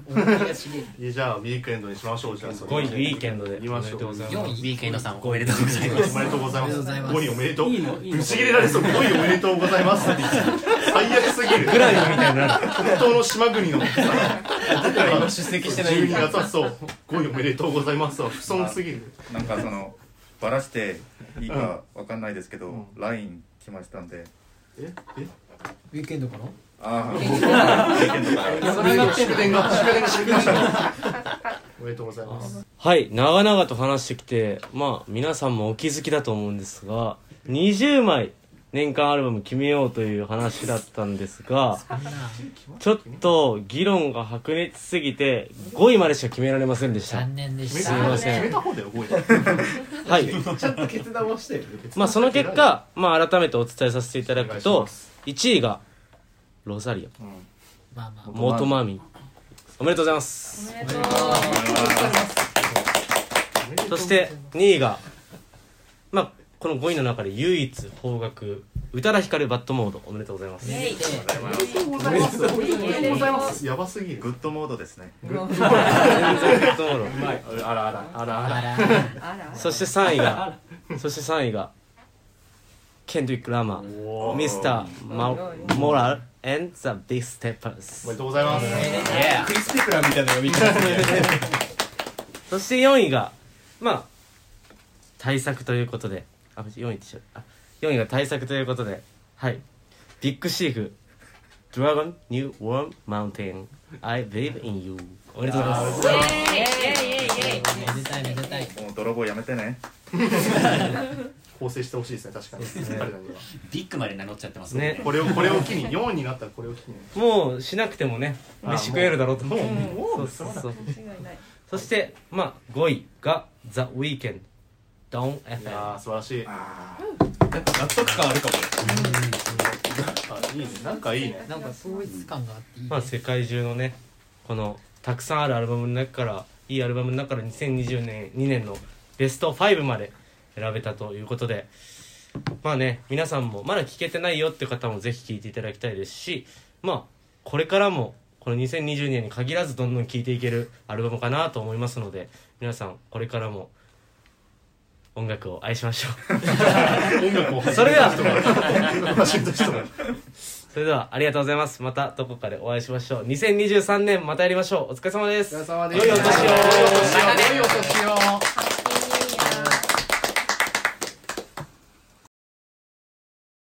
C: 思い出しに
I: いやじゃあウィークエンドにしましょうじゃあそれ
B: 5位ウィーケンドで
I: 言いましょ
B: おめでとうございます
C: 4
E: ウ
C: 位
E: ィーケンドさんおめでとうございま
I: おめでとうございま
C: おめで
I: す
C: とうございます
I: 5位おめでとう
A: いいのいいの
I: ぶち切れられそう5位おめでとうございますって言って最悪すぎる
L: ぐらいみたいになる
I: 本当の島国のだから
D: 今出席してない
I: 12月はそう5位おめでとうございますは不損すぎる
F: なんかそのバラしていいかわかんないですけど LINE 来ましたんで
I: ええ
A: ウィークエンドかな
F: ああ
I: それが祝電が祝電が来ましたおめでとうございます
B: はい長々と話してきてまあ皆さんもお気づきだと思うんですが20枚年間アルバム決めようという話だったんですがちょっと議論が白熱すぎて5位までしか決められませんでした
A: 残念でし
I: 決
A: た
I: めた
B: すいません
I: 決めた方だよ5位
B: はい
D: ちゃんと決断をしてる
B: まあその結果、まあ、改めてお伝えさせていただく
I: お願
B: と
I: いします
B: 1位がロザリ
A: まあまあ
B: オモートマーミンおめでとうございます
M: おめでとう
B: そして2位がまあこの5位の中で唯一邦楽宇多田ヒカルバッドモードおめでとうございます
A: で
I: おめでとうございますおめでとうございますやばすぎる
F: グッドモード ですね
B: 全然バッドモード
I: あらあらあら
A: あら
M: あら
B: そして3位がそして3位がケンドリック・ラマーミスター・マモラル and the Big
I: おめで
B: Steppers
I: とうございます
D: クリス・ペプラーみたいなのが見た
B: そして4位がまあ対策ということであ4位でしょあ4位が対策ということではいビッグシーフ Dragon New Warm Mountain I believe in you おめでとうございます
A: めでたいめでたい
F: もう泥 棒やめてね
I: 構成してほしいですね確かに彼らには
N: ビッグまで名乗っちゃってますもんね
B: ね
I: これをこれを機に4位になったらこれを機に
B: もうしなくてもね飯食えるだろうと
I: もうもう
B: そうそうそうそしてまあ5位が The Weeknd Don't
I: いや
B: FM
I: ー素晴らしい
D: なんか納得感あるかも
I: あいいねなんかいいね
A: なんか統一感があっていいね
B: まあ世界中のねこのたくさんあるアルバムの中からいいアルバムの中から2020年2年のベスト5まで選べたということでまあね皆さんもまだ聴けてないよっていう方もぜひ聴いていただきたいですしまあこれからもこの2020年に限らずどんどん聴いていけるアルバムかなと思いますので皆さんこれからも音楽を愛しましょう
I: 音楽を始めた人が
B: それでは
I: 始めた人が
B: それではありがとうございますまたどこかでお会いしましょう2023年またやりましょうお疲れ様です
I: お疲れ様で
B: 良いお年を
I: す。良いお年を。